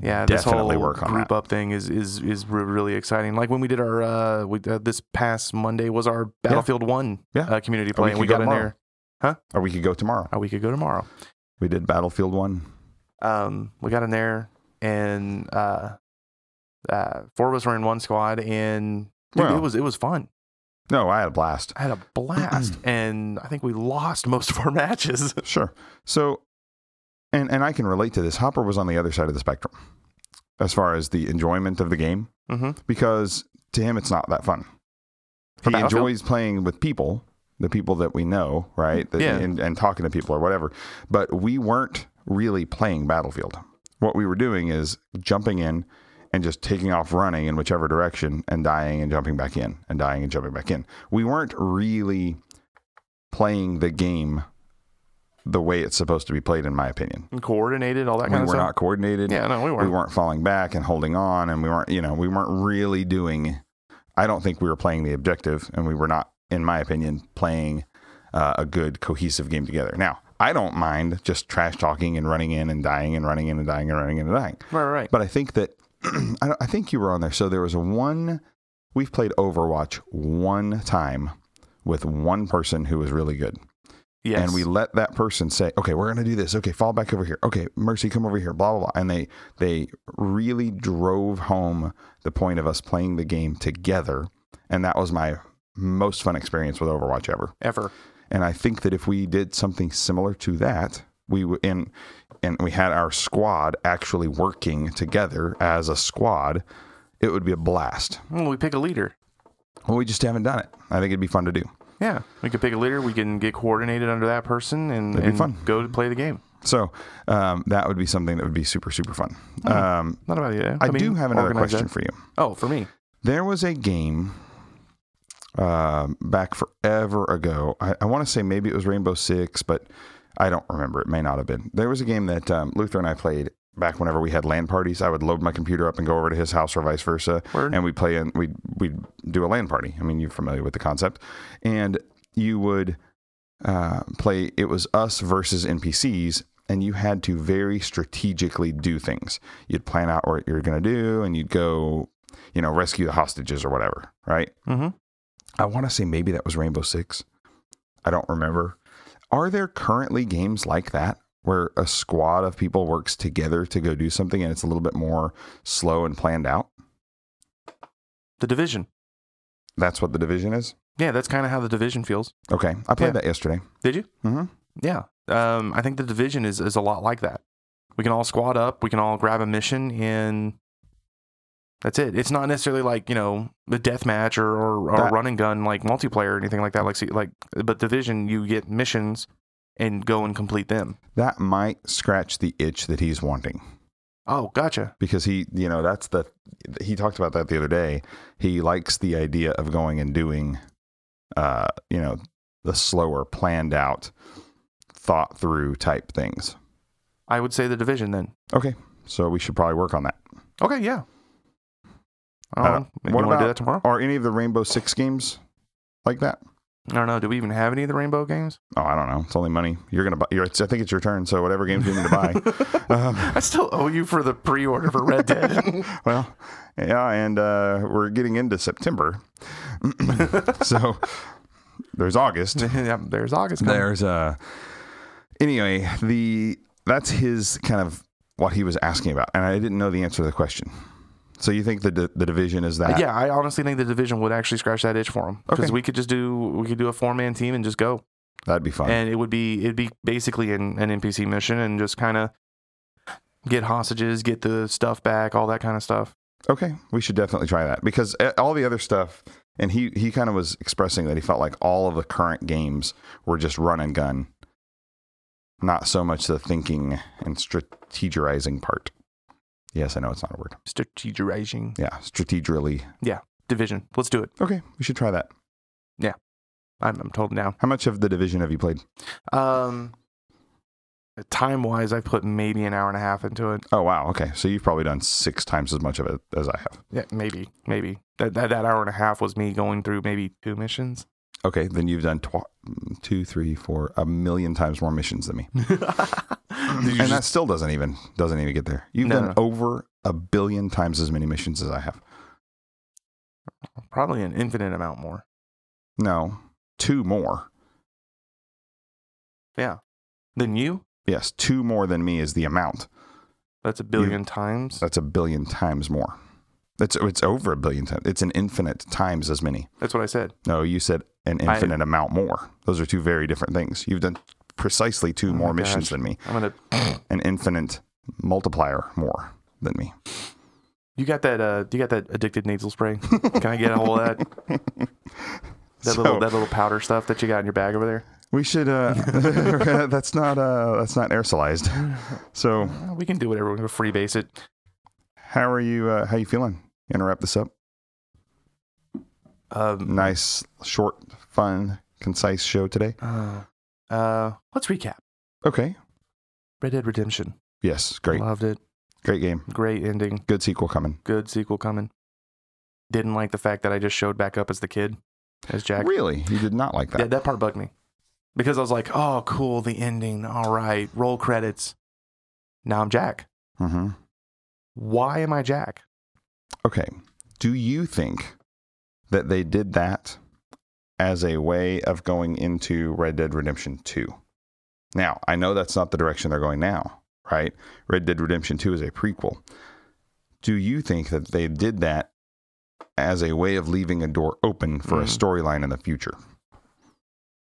[SPEAKER 2] Yeah,
[SPEAKER 1] Definitely
[SPEAKER 2] this whole
[SPEAKER 1] work on
[SPEAKER 2] group
[SPEAKER 1] that.
[SPEAKER 2] up thing is is is re- really exciting. Like when we did our uh, we, uh this past Monday was our Battlefield One
[SPEAKER 1] Yeah.
[SPEAKER 2] uh, community play,
[SPEAKER 1] week
[SPEAKER 2] and we
[SPEAKER 1] ago
[SPEAKER 2] got in
[SPEAKER 1] tomorrow.
[SPEAKER 2] there
[SPEAKER 1] Or we could go tomorrow.
[SPEAKER 2] a week ago tomorrow.
[SPEAKER 1] We did Battlefield One.
[SPEAKER 2] Um, we got in there, and uh, uh, four of us were in one squad, and dude,
[SPEAKER 1] Well.
[SPEAKER 2] it was it was fun.
[SPEAKER 1] No, I had a blast.
[SPEAKER 2] I had a blast, and I think we lost (laughs) most of our matches.
[SPEAKER 1] Sure. So, and and I can relate to this. Hopper was on the other side of the spectrum as far as the enjoyment of the game
[SPEAKER 2] hmm
[SPEAKER 1] Mm-hmm. because to him it's not that fun.
[SPEAKER 2] For
[SPEAKER 1] he
[SPEAKER 2] Battlefield?
[SPEAKER 1] enjoys playing with people, the people that we know, right? That-
[SPEAKER 2] Yeah.
[SPEAKER 1] And, and talking to people or whatever. But we weren't really playing Battlefield. What we were doing is jumping in and just taking off running in whichever direction and dying and jumping back in and dying and jumping back in. We weren't really playing the game the way it's supposed to be played, in my opinion.
[SPEAKER 2] And (laughs) coordinated, all that
[SPEAKER 1] We
[SPEAKER 2] kind of
[SPEAKER 1] were
[SPEAKER 2] stuff.
[SPEAKER 1] not coordinated
[SPEAKER 2] yeah, no, we
[SPEAKER 1] we
[SPEAKER 2] weren't.
[SPEAKER 1] weren't falling back and holding on and we weren't you know we weren't really doing i don't think we were playing the objective and we were not in my opinion playing uh, a good cohesive game together now i don't mind just trash talking and running in and dying and running in and dying and running in and dying
[SPEAKER 2] Right, right.
[SPEAKER 1] but i think that (clears throat) I, don't, I think you were on there so there was one we've played overwatch one time with one person who was really good
[SPEAKER 2] Yes.
[SPEAKER 1] and we let that person say, "Okay, we're going to do this. Okay, fall back over here. Okay, Mercy, come over here." Blah blah blah. And they they really drove home the point of us playing the game together, and that was my most fun experience with Overwatch ever.
[SPEAKER 2] ever.
[SPEAKER 1] And I think that if we did something similar to that, we w- and and we had our squad actually working together as a squad, it would be a blast.
[SPEAKER 2] Well, we pick a leader.
[SPEAKER 1] Well, we just haven't done it. I think it'd be fun to do.
[SPEAKER 2] Yeah, we could pick a leader. We can get coordinated under that person and,
[SPEAKER 1] That'd be
[SPEAKER 2] and
[SPEAKER 1] fun.
[SPEAKER 2] go to play the game.
[SPEAKER 1] So um, that would be something that would be super, super fun. Um,
[SPEAKER 2] Not about you.
[SPEAKER 1] I, do have another question for you.
[SPEAKER 2] Oh, for me.
[SPEAKER 1] There was a game um back forever ago. I, I want to say maybe it was Rainbow Six, but I don't remember. It may not have been. There was a game that um, Luther and I played back whenever we had land parties. I would load my computer up and go over to his house or vice versa,
[SPEAKER 2] Word.
[SPEAKER 1] and we play and we we'd do a land party. I mean, you're familiar with the concept, and you would uh, play it was us versus NPCs, and you had to very strategically do things. You'd plan out what you're going to do, and you'd go, you know, rescue the hostages or whatever, right?
[SPEAKER 2] Mm-hmm.
[SPEAKER 1] I want to say maybe that was Rainbow Six. I don't remember. Are there currently games like that where a squad of people works together to go do something and it's a little bit more slow and planned out?
[SPEAKER 2] The division.
[SPEAKER 1] That's what the division is.
[SPEAKER 2] Yeah, that's kind of how the division feels.
[SPEAKER 1] Okay, I played
[SPEAKER 2] Yeah.
[SPEAKER 1] that yesterday.
[SPEAKER 2] Did you?
[SPEAKER 1] hmm
[SPEAKER 2] Yeah. Um, I think the division is, is a lot like that. We can all squad up. We can all grab a mission, and that's it. It's not necessarily like you know the death match or or, or
[SPEAKER 1] That-
[SPEAKER 2] run and gun like multiplayer or anything like that. Like see, like, but division, you get missions and go and complete them.
[SPEAKER 1] That might scratch the itch that he's wanting.
[SPEAKER 2] Oh, gotcha.
[SPEAKER 1] because he you know that's the he talked about that the other day he likes the idea of going and doing uh you know the slower planned out thought through type things
[SPEAKER 2] I would say the division then.
[SPEAKER 1] okay so we should probably work on that
[SPEAKER 2] Okay, yeah. I
[SPEAKER 1] I
[SPEAKER 2] don't
[SPEAKER 1] don't-
[SPEAKER 2] know.
[SPEAKER 1] what
[SPEAKER 2] You want to
[SPEAKER 1] about-
[SPEAKER 2] do that tomorrow?
[SPEAKER 1] are any of the rainbow six games like that
[SPEAKER 2] I don't know. Do we even have any of the Rainbow games?
[SPEAKER 1] oh i don't know it's only money you're gonna buy you're, it's, i think it's your turn so whatever games you need to buy um,
[SPEAKER 2] I still owe you for the pre-order for Red (laughs) Dead.
[SPEAKER 1] well yeah and uh we're getting into (laughs) september so there's august
[SPEAKER 2] yeah, there's August. coming.
[SPEAKER 1] There's uh anyway, the that's his kind of what he was asking about, and I didn't know the answer to the question. So you think the di- the division is that?
[SPEAKER 2] Uh, Yeah, I honestly think the division would actually scratch that itch for him because
[SPEAKER 1] Okay.
[SPEAKER 2] we could just do we could do a four-man team and just go,
[SPEAKER 1] that'd be fun.
[SPEAKER 2] and it would be it'd be basically an, an NPC mission and just kind of get hostages, get the stuff back, all that kind of stuff.
[SPEAKER 1] okay, we should definitely try that because uh, all the other stuff, and he he kind of was expressing that he felt like all of the current games were just run and gun, not so much the thinking and strategizing part. Yes, I know it's not a word.
[SPEAKER 2] Strategizing
[SPEAKER 1] Yeah, strategically.
[SPEAKER 2] division. Let's do it.
[SPEAKER 1] Okay, we should try that.
[SPEAKER 2] I'm, I'm totally down.
[SPEAKER 1] How much of the division have you played?
[SPEAKER 2] Um, time wise, I put maybe an hour and a half into it.
[SPEAKER 1] Oh wow. Okay. So you've probably done six times as much of it as I have.
[SPEAKER 2] Yeah, maybe, maybe that that, that hour and a half was me going through maybe two missions. (laughs)
[SPEAKER 1] Okay. Then you've done tw- two, three, four, a million times more missions than me, and
[SPEAKER 2] just-
[SPEAKER 1] that still doesn't even doesn't even get there. You've
[SPEAKER 2] No,
[SPEAKER 1] done
[SPEAKER 2] no.
[SPEAKER 1] over a billion times as many missions as I have.
[SPEAKER 2] Probably an infinite amount more.
[SPEAKER 1] No, two more.
[SPEAKER 2] Yeah, than you.
[SPEAKER 1] Yes, two more than me is the amount.
[SPEAKER 2] That's a billion times.
[SPEAKER 1] That's a billion times more. That's it's over a billion times. It's an infinite times as many.
[SPEAKER 2] That's what I said.
[SPEAKER 1] No, you said an
[SPEAKER 2] I-
[SPEAKER 1] infinite amount more. Those are two very different things. You've done precisely two
[SPEAKER 2] Oh my
[SPEAKER 1] more missions
[SPEAKER 2] gosh.
[SPEAKER 1] than me.
[SPEAKER 2] I'm gonna.
[SPEAKER 1] An infinite multiplier more than me.
[SPEAKER 2] You got that? Uh, you got that addicted nasal spray? Can I get a
[SPEAKER 1] (laughs)
[SPEAKER 2] hold of that? That
[SPEAKER 1] So-
[SPEAKER 2] little that little powder stuff that you got in your bag over there.
[SPEAKER 1] We should. Uh, (laughs) that's not. Uh, that's not aerosolized. So,
[SPEAKER 2] Uh, (sighs) We can do whatever. We're gonna freebase it.
[SPEAKER 1] how are you? Uh, how you feeling? You gonna wrap this up?
[SPEAKER 2] Um,
[SPEAKER 1] Nice, short, fun, concise show today.
[SPEAKER 2] uh, uh, let's recap.
[SPEAKER 1] Okay.
[SPEAKER 2] Red Dead Redemption.
[SPEAKER 1] Yes. Great.
[SPEAKER 2] Loved it.
[SPEAKER 1] Great game.
[SPEAKER 2] Great ending.
[SPEAKER 1] Good sequel coming.
[SPEAKER 2] good sequel coming. Didn't like the fact that I just showed back up as the kid, as Jack.
[SPEAKER 1] Really? You did not like that.
[SPEAKER 2] Yeah, that part bugged me because I was like, "Oh, cool, the ending. All right, roll credits." Now I'm Jack.
[SPEAKER 1] Mm-hmm.
[SPEAKER 2] Why am I Jack?
[SPEAKER 1] Okay. Do you think that they did that as a way of going into Red Dead Redemption 2? Now, I know that's not the direction they're going now, right? Red Dead Redemption 2 is a prequel. Do you think that they did that as a way of leaving a door open for a
[SPEAKER 2] Mm.
[SPEAKER 1] storyline in the future?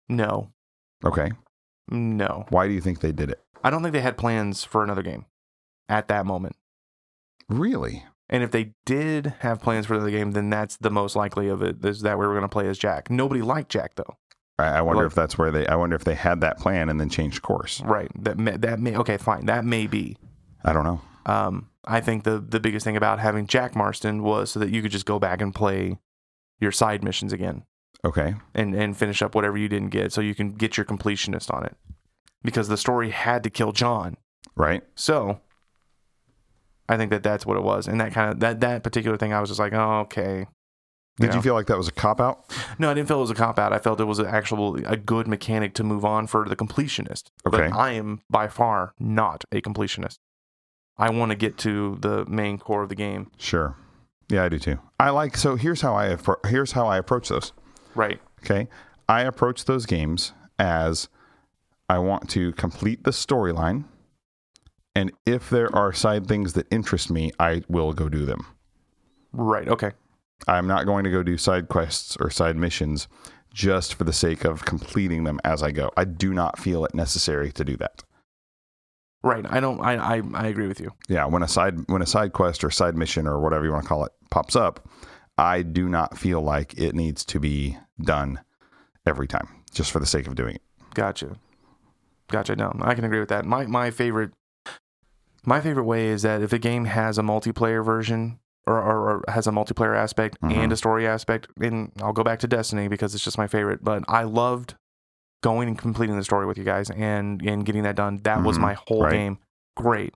[SPEAKER 2] No,
[SPEAKER 1] Okay.
[SPEAKER 2] no.
[SPEAKER 1] Why do you think they did it?
[SPEAKER 2] I don't think they had plans for another game at that moment.
[SPEAKER 1] Really?
[SPEAKER 2] And if they did have plans for the game, then that's the most likely of it is that we were going to play as Jack. Nobody liked Jack though,
[SPEAKER 1] I, I wonder
[SPEAKER 2] Like-
[SPEAKER 1] if that's where they. I wonder if they had that plan and then changed course.
[SPEAKER 2] right? That may, that may okay, fine, that may be.
[SPEAKER 1] I don't know.
[SPEAKER 2] Um, I think the the biggest thing about having Jack Marston was so that you could just go back and play your side missions again
[SPEAKER 1] Okay,
[SPEAKER 2] and and finish up whatever you didn't get, so you can get your completionist on it because the story had to kill John.
[SPEAKER 1] right.
[SPEAKER 2] So I think that that's what it was, and that kind of that that particular thing, I was just like, oh, okay.
[SPEAKER 1] Did
[SPEAKER 2] Yeah.
[SPEAKER 1] you feel like that was a cop out?
[SPEAKER 2] No, I didn't feel it was a cop out. I felt it was an actual a good mechanic to move on for the completionist.
[SPEAKER 1] Okay.
[SPEAKER 2] But I am by far not a completionist. I want to get to the main core of the game.
[SPEAKER 1] Sure. Yeah, I do too. I like so. Here's how I appro- here's how I approach those.
[SPEAKER 2] Right.
[SPEAKER 1] Okay. I approach those games as I want to complete the storyline. And if there are side things that interest me, I will go do them.
[SPEAKER 2] Right. Okay.
[SPEAKER 1] I'm not going to go do side quests or side missions just for the sake of completing them as I go. I do not feel it necessary to do that.
[SPEAKER 2] Right. I don't I I, I agree with you.
[SPEAKER 1] Yeah, when a side when a side quest or side mission or whatever you want to call it pops up, I do not feel like it needs to be done every time just for the sake of doing it.
[SPEAKER 2] Gotcha. Gotcha. No, I can agree with that. My my favorite my favorite way is that if a game has a multiplayer version or, or, or has a multiplayer aspect and a story aspect, and I'll go back to Destiny because it's just my favorite. But I loved going and completing the story with you guys and and getting that done. That was
[SPEAKER 1] Mhm.
[SPEAKER 2] my whole
[SPEAKER 1] Right.
[SPEAKER 2] game. Great.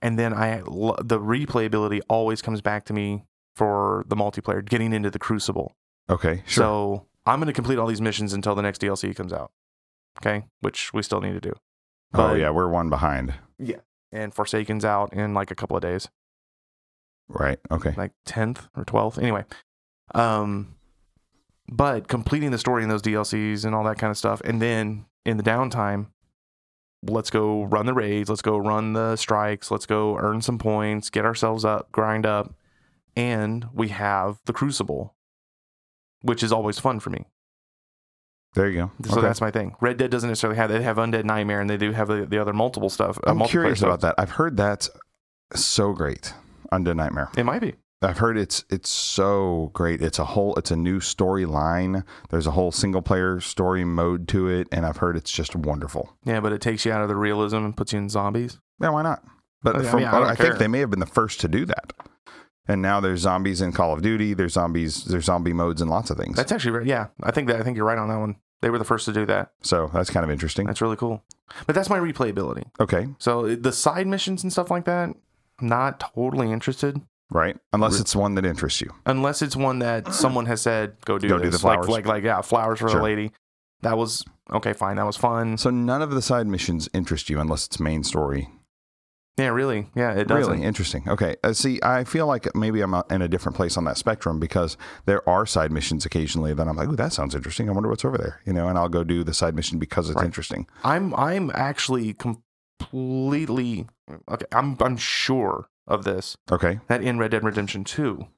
[SPEAKER 2] And then I lo- the replayability always comes back to me for the multiplayer, getting into the Crucible.
[SPEAKER 1] Okay, sure.
[SPEAKER 2] So I'm going to complete all these missions until the next DLC comes out. Okay, which we still need to do.
[SPEAKER 1] oh
[SPEAKER 2] but-
[SPEAKER 1] yeah, we're one behind.
[SPEAKER 2] And Forsaken's out in like a couple of days,
[SPEAKER 1] Right. Okay.
[SPEAKER 2] like 10th or 12th. Anyway, um, but completing the story in those DLCs and all that kind of stuff, and then in the downtime, let's go run the raids, let's go run the strikes, let's go earn some points, get ourselves up, grind up, and we have the Crucible, which is always fun for me.
[SPEAKER 1] There you go.
[SPEAKER 2] So
[SPEAKER 1] Okay.
[SPEAKER 2] that's my thing. Red Dead doesn't necessarily have. They have Undead Nightmare, and they do have the, the other multiple stuff. uh,
[SPEAKER 1] I'm
[SPEAKER 2] multiplayer
[SPEAKER 1] curious
[SPEAKER 2] stuff.
[SPEAKER 1] about that. I've heard that's so great. Undead Nightmare.
[SPEAKER 2] It might be
[SPEAKER 1] I've heard it's it's so great. It's a whole it's a new storyline. There's a whole single player story mode to it, and I've heard it's just wonderful.
[SPEAKER 2] yeah, but it takes you out of the realism and puts you in zombies.
[SPEAKER 1] Yeah, why not? But
[SPEAKER 2] Okay, I
[SPEAKER 1] from,
[SPEAKER 2] mean, Oh, I
[SPEAKER 1] I,
[SPEAKER 2] don't
[SPEAKER 1] think
[SPEAKER 2] care.
[SPEAKER 1] they may have been the first to do that. And now there's zombies in Call of Duty. There's zombies. There's zombie modes and lots of things.
[SPEAKER 2] That's actually re- yeah. I think that I think you're right on that one. They were the first to do that.
[SPEAKER 1] so that's kind of interesting.
[SPEAKER 2] That's really cool. But that's my replayability.
[SPEAKER 1] Okay,
[SPEAKER 2] So it- the side missions and stuff like that, not totally interested
[SPEAKER 1] right. Unless it's one that interests you.
[SPEAKER 2] unless it's one that someone has said go do
[SPEAKER 1] Go do
[SPEAKER 2] this.
[SPEAKER 1] the flowers.
[SPEAKER 2] Like like like yeah, flowers for
[SPEAKER 1] Sure.
[SPEAKER 2] the lady. That was okay. Fine, that was fun.
[SPEAKER 1] So none of the side missions interest you unless it's main story
[SPEAKER 2] Yeah, really. Yeah, it doesn't.
[SPEAKER 1] Really interesting. Okay, uh, see, I feel like maybe I'm out in a different place on that spectrum because there are side missions occasionally that I'm like, "Ooh, that sounds interesting. I wonder what's over there," you know, and I'll go do the side mission because it's
[SPEAKER 2] Right.
[SPEAKER 1] interesting.
[SPEAKER 2] I'm I'm actually completely okay. I'm I'm sure of this
[SPEAKER 1] Okay,
[SPEAKER 2] that in Red Dead Redemption Two,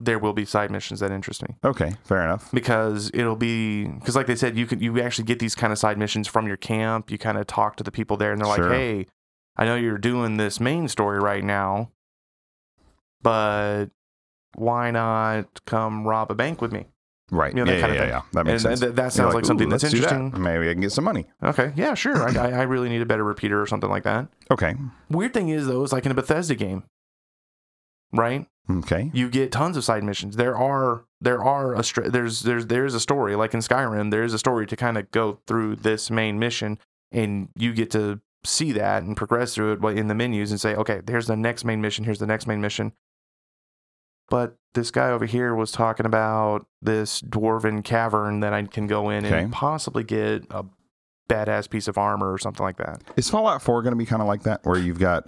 [SPEAKER 2] there will be side missions that interest me
[SPEAKER 1] okay, fair enough.
[SPEAKER 2] because it'll be because like they said, you can you actually get these kind of side missions from your camp. You kind of talk to the people there, and they're
[SPEAKER 1] Sure.
[SPEAKER 2] like, "Hey, I know you're doing this main story right now, but why not come rob a bank with me?"
[SPEAKER 1] Right?
[SPEAKER 2] You know, that
[SPEAKER 1] yeah,
[SPEAKER 2] kind of
[SPEAKER 1] yeah,
[SPEAKER 2] thing.
[SPEAKER 1] yeah, yeah. That
[SPEAKER 2] And
[SPEAKER 1] makes sense.
[SPEAKER 2] th- that
[SPEAKER 1] You're
[SPEAKER 2] sounds like,
[SPEAKER 1] "Ooh,
[SPEAKER 2] something that's
[SPEAKER 1] let's do that.
[SPEAKER 2] interesting.
[SPEAKER 1] Maybe I can get some money.
[SPEAKER 2] Okay, yeah, sure. I, I I really need a better repeater or something like that.
[SPEAKER 1] Okay,
[SPEAKER 2] Weird thing is though, is like in a Bethesda game, right?
[SPEAKER 1] okay,
[SPEAKER 2] You get tons of side missions. There are there are a str- there's there's there's a story like in Skyrim. There is a story to kind of go through this main mission, and you get to see that and progress through it wa- in the menus and say, okay, here's the next main mission. Here's the next main mission. But this guy over here was talking about this dwarven cavern that I can go in
[SPEAKER 1] Okay.
[SPEAKER 2] and possibly get a badass piece of armor or something like that.
[SPEAKER 1] is Fallout Four going to be kind of like that, where you've got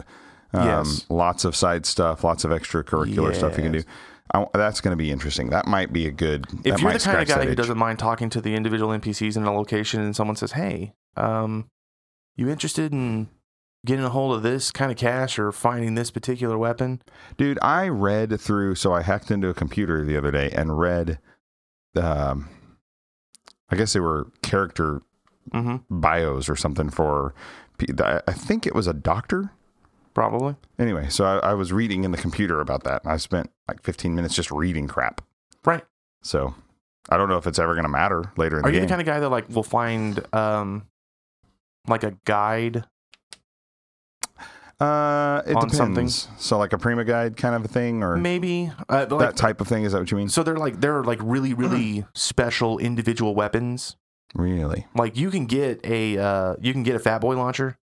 [SPEAKER 1] um,
[SPEAKER 2] Yes.
[SPEAKER 1] lots of side stuff, lots of extracurricular stuff you can do?
[SPEAKER 2] Yes.
[SPEAKER 1] I, that's going to be interesting. That might be a good.
[SPEAKER 2] if
[SPEAKER 1] that
[SPEAKER 2] you're the
[SPEAKER 1] might
[SPEAKER 2] kind
[SPEAKER 1] scratch
[SPEAKER 2] of
[SPEAKER 1] that
[SPEAKER 2] guy who
[SPEAKER 1] itch.
[SPEAKER 2] doesn't mind talking to the individual NPCs in a location and someone says, "Hey, um, you interested in getting a hold of this kind of cash or finding this particular weapon?"
[SPEAKER 1] Dude, I read through. So I hacked into a computer the other day and read. Um, I guess they were character
[SPEAKER 2] Mm-hmm.
[SPEAKER 1] bios or something for. pe- I I think it was a doctor
[SPEAKER 2] probably.
[SPEAKER 1] Anyway, so I, I was reading in the computer about that. I spent like 15 minutes just reading crap.
[SPEAKER 2] Right.
[SPEAKER 1] So I don't know if it's ever going to matter later in
[SPEAKER 2] Are
[SPEAKER 1] the
[SPEAKER 2] you
[SPEAKER 1] game.
[SPEAKER 2] the kind of guy that like will find um like a guide?
[SPEAKER 1] uh, it
[SPEAKER 2] on
[SPEAKER 1] depends.
[SPEAKER 2] something?
[SPEAKER 1] So like a Prima guide kind of a thing, or
[SPEAKER 2] Maybe uh, but, like,
[SPEAKER 1] that type of thing. Is that what you mean?
[SPEAKER 2] so they're like they're like really really
[SPEAKER 1] (clears throat)
[SPEAKER 2] special individual weapons.
[SPEAKER 1] Really?
[SPEAKER 2] Like you can get a uh, you can get a fat boy launcher,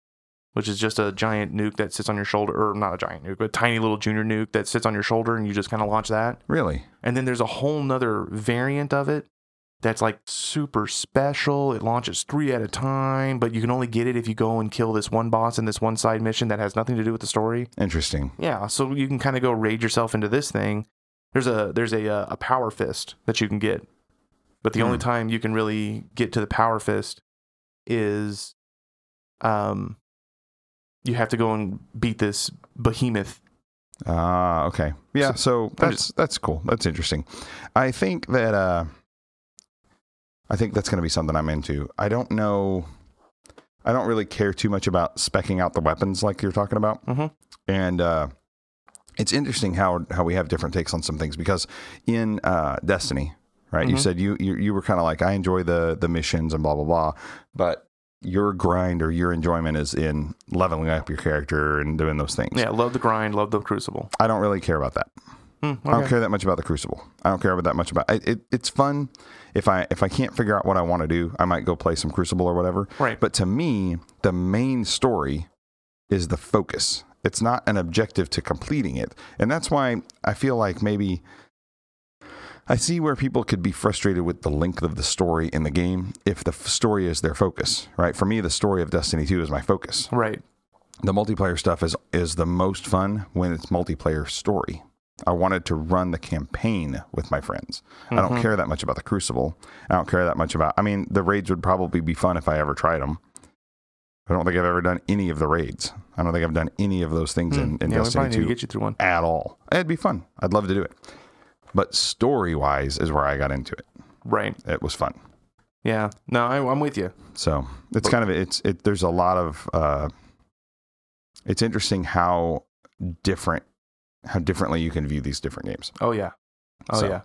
[SPEAKER 2] which is just a giant nuke that sits on your shoulder, or not a giant nuke, but a tiny little junior nuke that sits on your shoulder, and you just kind of launch that.
[SPEAKER 1] Really?
[SPEAKER 2] And then there's a whole nother variant of it that's like super special. It launches three at a time, but you can only get it if you go and kill this one boss in this one side mission that has nothing to do with the story.
[SPEAKER 1] Interesting.
[SPEAKER 2] Yeah, so you can kind of go raid yourself into this thing. There's a there's a uh, a power fist that you can get, but the only
[SPEAKER 1] Hmm.
[SPEAKER 2] time you can really get to the power fist is, um, you have to go and beat this behemoth.
[SPEAKER 1] Ah, okay. Yeah, so that's that's cool. That's interesting. I think that uh I think that's going to be something I'm into. I don't know I don't really care too much about specking out the weapons like you're talking about.
[SPEAKER 2] Mhm.
[SPEAKER 1] And uh it's interesting how how we have different takes on some things because in uh Destiny, right? You
[SPEAKER 2] Mhm.
[SPEAKER 1] said you you, you were kind of like I enjoy the the missions and blah blah blah, but your grind or your enjoyment is in leveling up your character and doing those things.
[SPEAKER 2] Yeah, love the grind, love the crucible.
[SPEAKER 1] I don't really care about that.
[SPEAKER 2] Hmm, okay.
[SPEAKER 1] I don't care that much about the Crucible. I don't care about that much about it, it. It's fun. If I if I can't figure out what I want to do, I might go play some Crucible or whatever.
[SPEAKER 2] Right.
[SPEAKER 1] But to me, the main story is the focus. It's not an objective to completing it, and that's why I feel like maybe I see where people could be frustrated with the length of the story in the game if the f- story is their focus. Right. For me, the story of Destiny Two is my focus.
[SPEAKER 2] Right.
[SPEAKER 1] The multiplayer stuff is is the most fun when it's multiplayer story. I wanted to run the campaign with my friends. I
[SPEAKER 2] Mm-hmm.
[SPEAKER 1] don't care that much about the Crucible. I don't care that much about. I mean, the raids would probably be fun if I ever tried them. I don't think I've ever done any of the raids. I don't think I've done any of those things in, in
[SPEAKER 2] Hmm. yeah, we
[SPEAKER 1] Destiny
[SPEAKER 2] probably need to
[SPEAKER 1] Two
[SPEAKER 2] get you through one.
[SPEAKER 1] at all. It'd be fun. I'd love to do it. But story wise is where I got into it.
[SPEAKER 2] Right.
[SPEAKER 1] It was fun.
[SPEAKER 2] Yeah. No, I, I'm with you.
[SPEAKER 1] So it's kind of it's it. There's a lot of uh, it's interesting how different how differently you can view these different games.
[SPEAKER 2] Oh yeah. Oh
[SPEAKER 1] So-
[SPEAKER 2] yeah.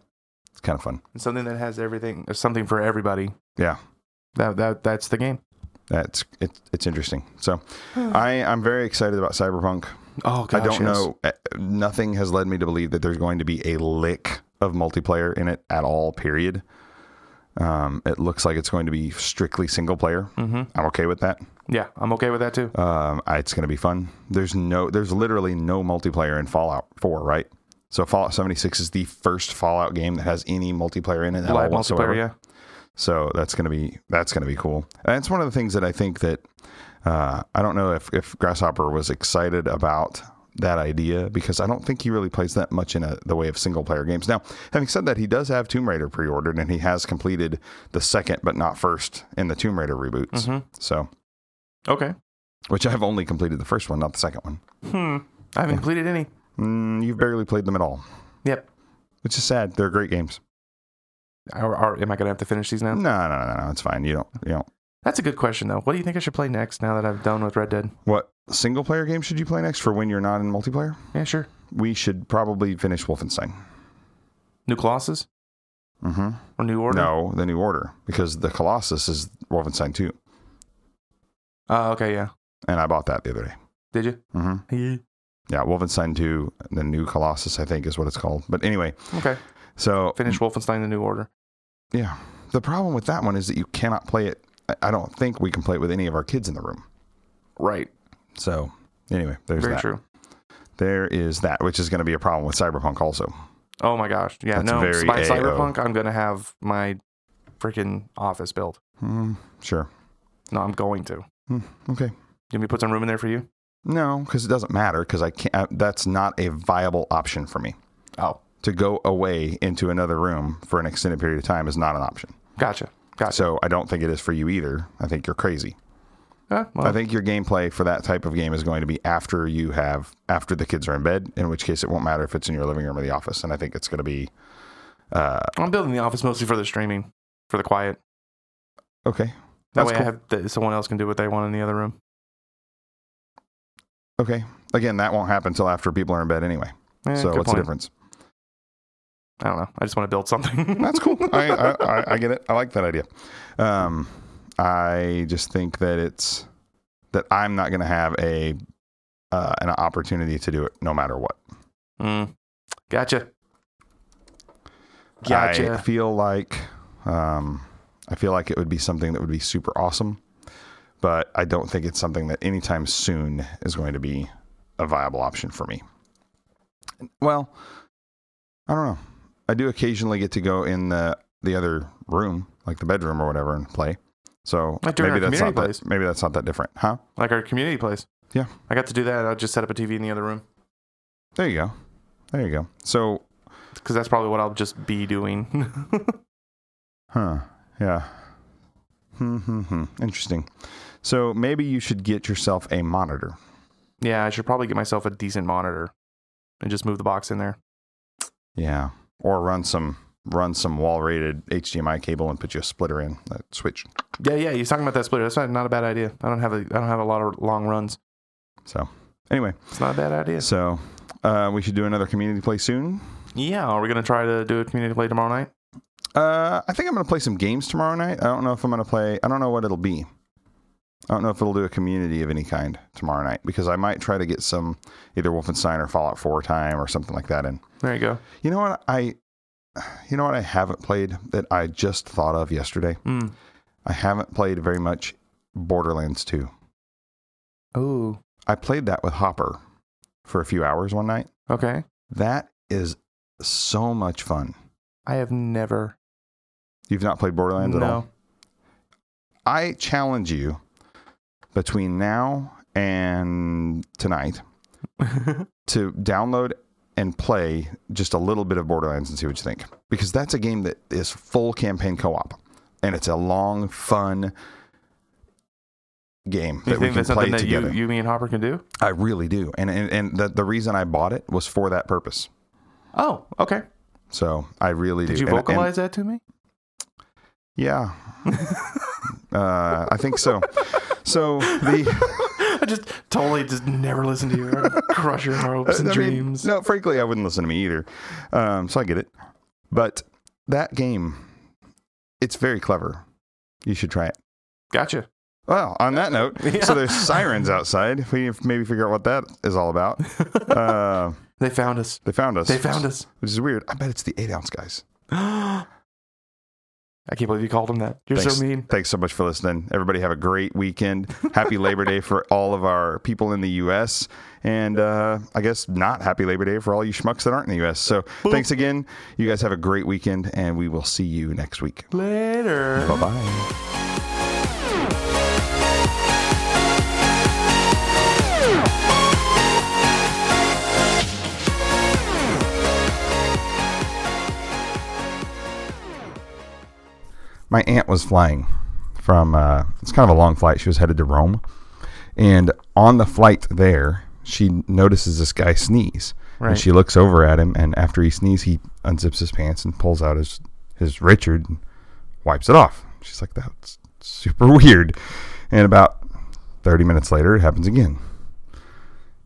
[SPEAKER 1] It's kind of fun.
[SPEAKER 2] It's something that has everything. There's something for everybody.
[SPEAKER 1] Yeah.
[SPEAKER 2] That that that's the game.
[SPEAKER 1] That's it's it's interesting. So I I'm very excited about Cyberpunk.
[SPEAKER 2] Oh
[SPEAKER 1] I don't know. uh, Nothing has led me to believe that there's going to be a lick of multiplayer in it at all. Period. Um, it looks like it's going to be strictly single player.
[SPEAKER 2] hmm
[SPEAKER 1] I'm okay with that.
[SPEAKER 2] Yeah, I'm okay with that too.
[SPEAKER 1] Um, I- it's going to be fun. There's no, there's literally no multiplayer in Fallout 4, right? So Fallout 76 is the first Fallout game that has any multiplayer in it at all
[SPEAKER 2] Live
[SPEAKER 1] whatsoever.
[SPEAKER 2] multiplayer. Yeah.
[SPEAKER 1] So that's going to be that's going to be cool. And it's one of the things that I think that uh, I don't know if if Grasshopper was excited about that idea because I don't think he really plays that much in a, the way of single player games. Now, having said that, he does have Tomb Raider pre-ordered and he has completed the second but not first in the Tomb Raider reboots.
[SPEAKER 2] Mhm.
[SPEAKER 1] So,
[SPEAKER 2] Okay.
[SPEAKER 1] which I've only completed the first one, not the second one.
[SPEAKER 2] Hmm. I haven't completed any.
[SPEAKER 1] Mm, you've barely played them at all,
[SPEAKER 2] Yep.
[SPEAKER 1] which is sad. They're great games.
[SPEAKER 2] Or, or am I gonna have to finish these
[SPEAKER 1] No,
[SPEAKER 2] now?
[SPEAKER 1] no, no, no, no. It's fine. You don't, you don't.
[SPEAKER 2] That's a good question though. What do you think I should play next? Now that I've done with Red Dead.
[SPEAKER 1] What single player game should you play next for when you're not in multiplayer?
[SPEAKER 2] Yeah, sure.
[SPEAKER 1] We should probably finish Wolfenstein.
[SPEAKER 2] New Colossus
[SPEAKER 1] Mm-hmm.
[SPEAKER 2] or New Order.
[SPEAKER 1] No, the New Order, because the Colossus is Wolfenstein 2.
[SPEAKER 2] Uh, okay. Yeah.
[SPEAKER 1] And I bought that the other day.
[SPEAKER 2] Did you?
[SPEAKER 1] hmm (laughs) Yeah, Wolfenstein 2, the new Colossus, I think is what it's called. But anyway,
[SPEAKER 2] Okay.
[SPEAKER 1] so
[SPEAKER 2] Finish Wolfenstein: The New Order.
[SPEAKER 1] yeah. The problem with that one is that you cannot play it. I- I don't think we can play it with any of our kids in the room.
[SPEAKER 2] Right.
[SPEAKER 1] So anyway, there's
[SPEAKER 2] Very
[SPEAKER 1] that.
[SPEAKER 2] true.
[SPEAKER 1] There is that, which is going to be a problem with Cyberpunk also.
[SPEAKER 2] Oh my gosh. Yeah.
[SPEAKER 1] That's
[SPEAKER 2] no.
[SPEAKER 1] very
[SPEAKER 2] by
[SPEAKER 1] AO.
[SPEAKER 2] Cyberpunk, I'm gonna have my freaking office built.
[SPEAKER 1] Mm, sure.
[SPEAKER 2] No, I'm going to.
[SPEAKER 1] Okay.
[SPEAKER 2] You want me to put some room in there for you?
[SPEAKER 1] No, because it doesn't matter. Because I can't. uh, that's not a viable option for me.
[SPEAKER 2] Oh,
[SPEAKER 1] To go away into another room for an extended period of time is not an option.
[SPEAKER 2] gotcha. Gotcha.
[SPEAKER 1] So I don't think it is for you either. I think you're crazy.
[SPEAKER 2] Huh? Uh, well,
[SPEAKER 1] I think your gameplay for that type of game is going to be after you have after the kids are in bed. In which case, it won't matter if it's in your living room or the office. And I think it's going to be uh,
[SPEAKER 2] I'm building the office mostly for the streaming, for the quiet.
[SPEAKER 1] okay.
[SPEAKER 2] That
[SPEAKER 1] That's
[SPEAKER 2] way, I
[SPEAKER 1] cool.
[SPEAKER 2] have that someone else can do what they want in the other room.
[SPEAKER 1] Okay, Again, that won't happen until after people are in bed anyway.
[SPEAKER 2] Eh,
[SPEAKER 1] so
[SPEAKER 2] good
[SPEAKER 1] what's the
[SPEAKER 2] point.
[SPEAKER 1] difference?
[SPEAKER 2] I don't know. I just want to build
[SPEAKER 1] (laughs)
[SPEAKER 2] something.
[SPEAKER 1] That's
[SPEAKER 2] (laughs)
[SPEAKER 1] cool. I, I, I, I get it. I like that idea. Um, I just think that it's that I'm not going to have a uh, an opportunity to do it no matter what.
[SPEAKER 2] Mm. Gotcha.
[SPEAKER 1] I
[SPEAKER 2] Gotcha.
[SPEAKER 1] feel like um, I feel like it would be something that would be super awesome, but I don't think it's something that anytime soon is going to be a viable option for me. Well, I don't know. I do occasionally get to go in the the other room, like the bedroom or whatever, and play. So
[SPEAKER 2] Like during
[SPEAKER 1] maybe
[SPEAKER 2] our
[SPEAKER 1] that's not
[SPEAKER 2] community
[SPEAKER 1] that, maybe that's not that different, huh?
[SPEAKER 2] like our community place.
[SPEAKER 1] Yeah.
[SPEAKER 2] I got to do that. I just set up a TV in the other room
[SPEAKER 1] There you go. There you go. So,
[SPEAKER 2] because that's probably what I'll just be doing. (laughs)
[SPEAKER 1] huh? Yeah. Hmm. Hmm. hmm. Interesting. So maybe you should get yourself a monitor.
[SPEAKER 2] yeah, I should probably get myself a decent monitor and just move the box in there.
[SPEAKER 1] Yeah, or run some run some wall rated HDMI cable and put you a splitter in that switch.
[SPEAKER 2] Yeah, yeah. You're talking about that splitter. That's not, not a bad idea. I don't have a I don't have a lot of long runs.
[SPEAKER 1] So anyway,
[SPEAKER 2] It's not a bad idea.
[SPEAKER 1] so uh, we should do another community play soon.
[SPEAKER 2] Yeah. Are we gonna try to do a community play tomorrow night?
[SPEAKER 1] Uh, I think I'm gonna play some games tomorrow night. I don't know if I'm gonna play. I don't know what it'll be. I don't know if it'll do a community of any kind tomorrow night because I might try to get some either Wolfenstein or Fallout 4 time or something like that in.
[SPEAKER 2] There you go.
[SPEAKER 1] You know what I you know what I haven't played that I just thought of yesterday?
[SPEAKER 2] Mm.
[SPEAKER 1] I haven't played very much Borderlands 2.
[SPEAKER 2] Ooh.
[SPEAKER 1] I played that with Hopper for a few hours one night.
[SPEAKER 2] Okay.
[SPEAKER 1] That is so much fun.
[SPEAKER 2] I have never.
[SPEAKER 1] You've not played Borderlands
[SPEAKER 2] no.
[SPEAKER 1] at
[SPEAKER 2] (laughs)
[SPEAKER 1] all? I challenge you between now and tonight to download and play just a little bit of Borderlands and see what you think. Because that's a game that is full campaign co op and it's a long, fun game
[SPEAKER 2] you
[SPEAKER 1] that we
[SPEAKER 2] think
[SPEAKER 1] can
[SPEAKER 2] that's
[SPEAKER 1] play
[SPEAKER 2] something that
[SPEAKER 1] together.
[SPEAKER 2] you, you, me, and Hopper can do?
[SPEAKER 1] I really do. And, and, and the, the reason I bought it was for that purpose.
[SPEAKER 2] Oh, okay.
[SPEAKER 1] So I really
[SPEAKER 2] Did
[SPEAKER 1] do.
[SPEAKER 2] you
[SPEAKER 1] And- and-
[SPEAKER 2] vocalize that to me?
[SPEAKER 1] yeah, uh, I think so. So the
[SPEAKER 2] (laughs) I just totally just never listen to you.
[SPEAKER 1] (laughs)
[SPEAKER 2] Crush your hopes and
[SPEAKER 1] I mean,
[SPEAKER 2] dreams.
[SPEAKER 1] no, frankly, I wouldn't listen to me either. Um, so I get it. But that game, it's very clever. You should try it.
[SPEAKER 2] Gotcha. (laughs)
[SPEAKER 1] Well, on that note, so there's sirens outside. We need to maybe figure out what that is all
[SPEAKER 2] (laughs)
[SPEAKER 1] about. Uh,
[SPEAKER 2] They found us.
[SPEAKER 1] they found us.
[SPEAKER 2] They found us.
[SPEAKER 1] which is weird. I bet it's the eight ounce guys.
[SPEAKER 2] I can't believe you called them that. You're
[SPEAKER 1] Thanks.
[SPEAKER 2] so mean.
[SPEAKER 1] Thanks so much for listening. Everybody have a great weekend. Happy Labor Day for all of our people in the U.S. And uh, I guess not happy Labor Day for all you schmucks that aren't in the U.S. So thanks again. You guys have a great weekend, and we will see you next week.
[SPEAKER 2] Later.
[SPEAKER 1] Bye bye. my aunt was flying from uh, it's kind of a long flight she was headed to rome and on the flight there she notices this guy sneeze
[SPEAKER 2] Right.
[SPEAKER 1] and she looks over at him and after he sneezes he unzips his pants and pulls out his his richard and wipes it off she's like that's super (laughs) weird and about 30 minutes later it happens again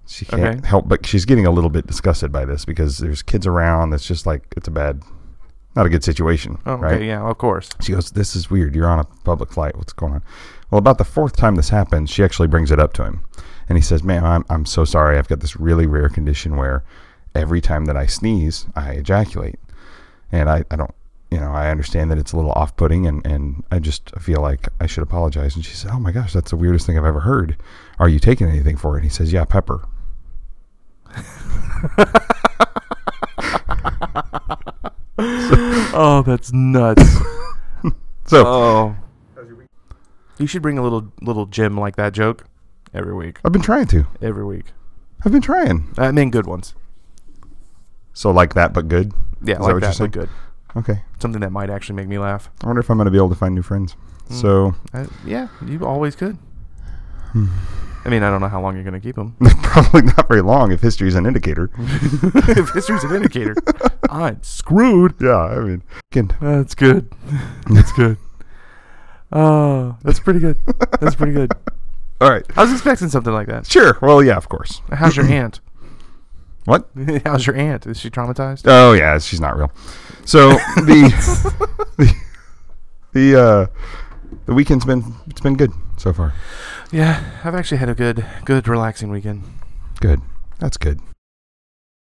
[SPEAKER 1] she can't
[SPEAKER 2] Okay.
[SPEAKER 1] help but she's getting a little bit disgusted by this because there's kids around that's just like it's a bad not a good situation
[SPEAKER 2] Oh, okay,
[SPEAKER 1] right
[SPEAKER 2] yeah,
[SPEAKER 1] (laughs)
[SPEAKER 2] of course.
[SPEAKER 1] she goes, This is weird. You're on a public flight. What's going on? Well, about the fourth time this happens, she actually brings it up to him. And he says, Ma'am, I'm, I'm so sorry. I've got this really rare condition where every time that I sneeze, I ejaculate. And I, I don't, you know, I understand that it's a little off putting and, and I just feel like I should apologize. And she said, Oh my gosh, that's the weirdest thing I've ever heard. Are you taking anything for it? And he says, Yeah, pepper.
[SPEAKER 2] oh,
[SPEAKER 1] (laughs)
[SPEAKER 2] that's nuts.
[SPEAKER 1] So
[SPEAKER 2] oh. You should bring a little little gem like that joke every week.
[SPEAKER 1] I've been trying to.
[SPEAKER 2] Every week.
[SPEAKER 1] I've been trying.
[SPEAKER 2] I mean, good ones.
[SPEAKER 1] So, like that, but good.
[SPEAKER 2] Yeah,
[SPEAKER 1] Is that
[SPEAKER 2] like
[SPEAKER 1] what
[SPEAKER 2] that,
[SPEAKER 1] you're
[SPEAKER 2] but good.
[SPEAKER 1] Okay.
[SPEAKER 2] Something that might actually make me laugh.
[SPEAKER 1] I wonder if I'm going to be able to find new friends.
[SPEAKER 2] Mm.
[SPEAKER 1] So,
[SPEAKER 2] I, yeah, you always could. I mean, I don't know how long you're going to keep (laughs) them.
[SPEAKER 1] Hmm. (laughs) Probably not very long if history is an indicator.
[SPEAKER 2] (laughs) if history's
[SPEAKER 1] (laughs)
[SPEAKER 2] an indicator, I'm screwed.
[SPEAKER 1] Yeah, I mean, again, (laughs)
[SPEAKER 2] That's good. That's good. Oh, that's pretty good. That's pretty good.
[SPEAKER 1] All right.
[SPEAKER 2] I was expecting something like that.
[SPEAKER 1] Sure. Well, yeah, of course.
[SPEAKER 2] How's your (clears throat) aunt?
[SPEAKER 1] What?
[SPEAKER 2] How's your aunt? Is she traumatized?
[SPEAKER 1] Oh yeah, she's not real.
[SPEAKER 2] (laughs)
[SPEAKER 1] So the (laughs) the the, uh, the weekend's been it's been good so far.
[SPEAKER 2] Yeah, I've actually had a good, good relaxing weekend.
[SPEAKER 1] Good. That's good.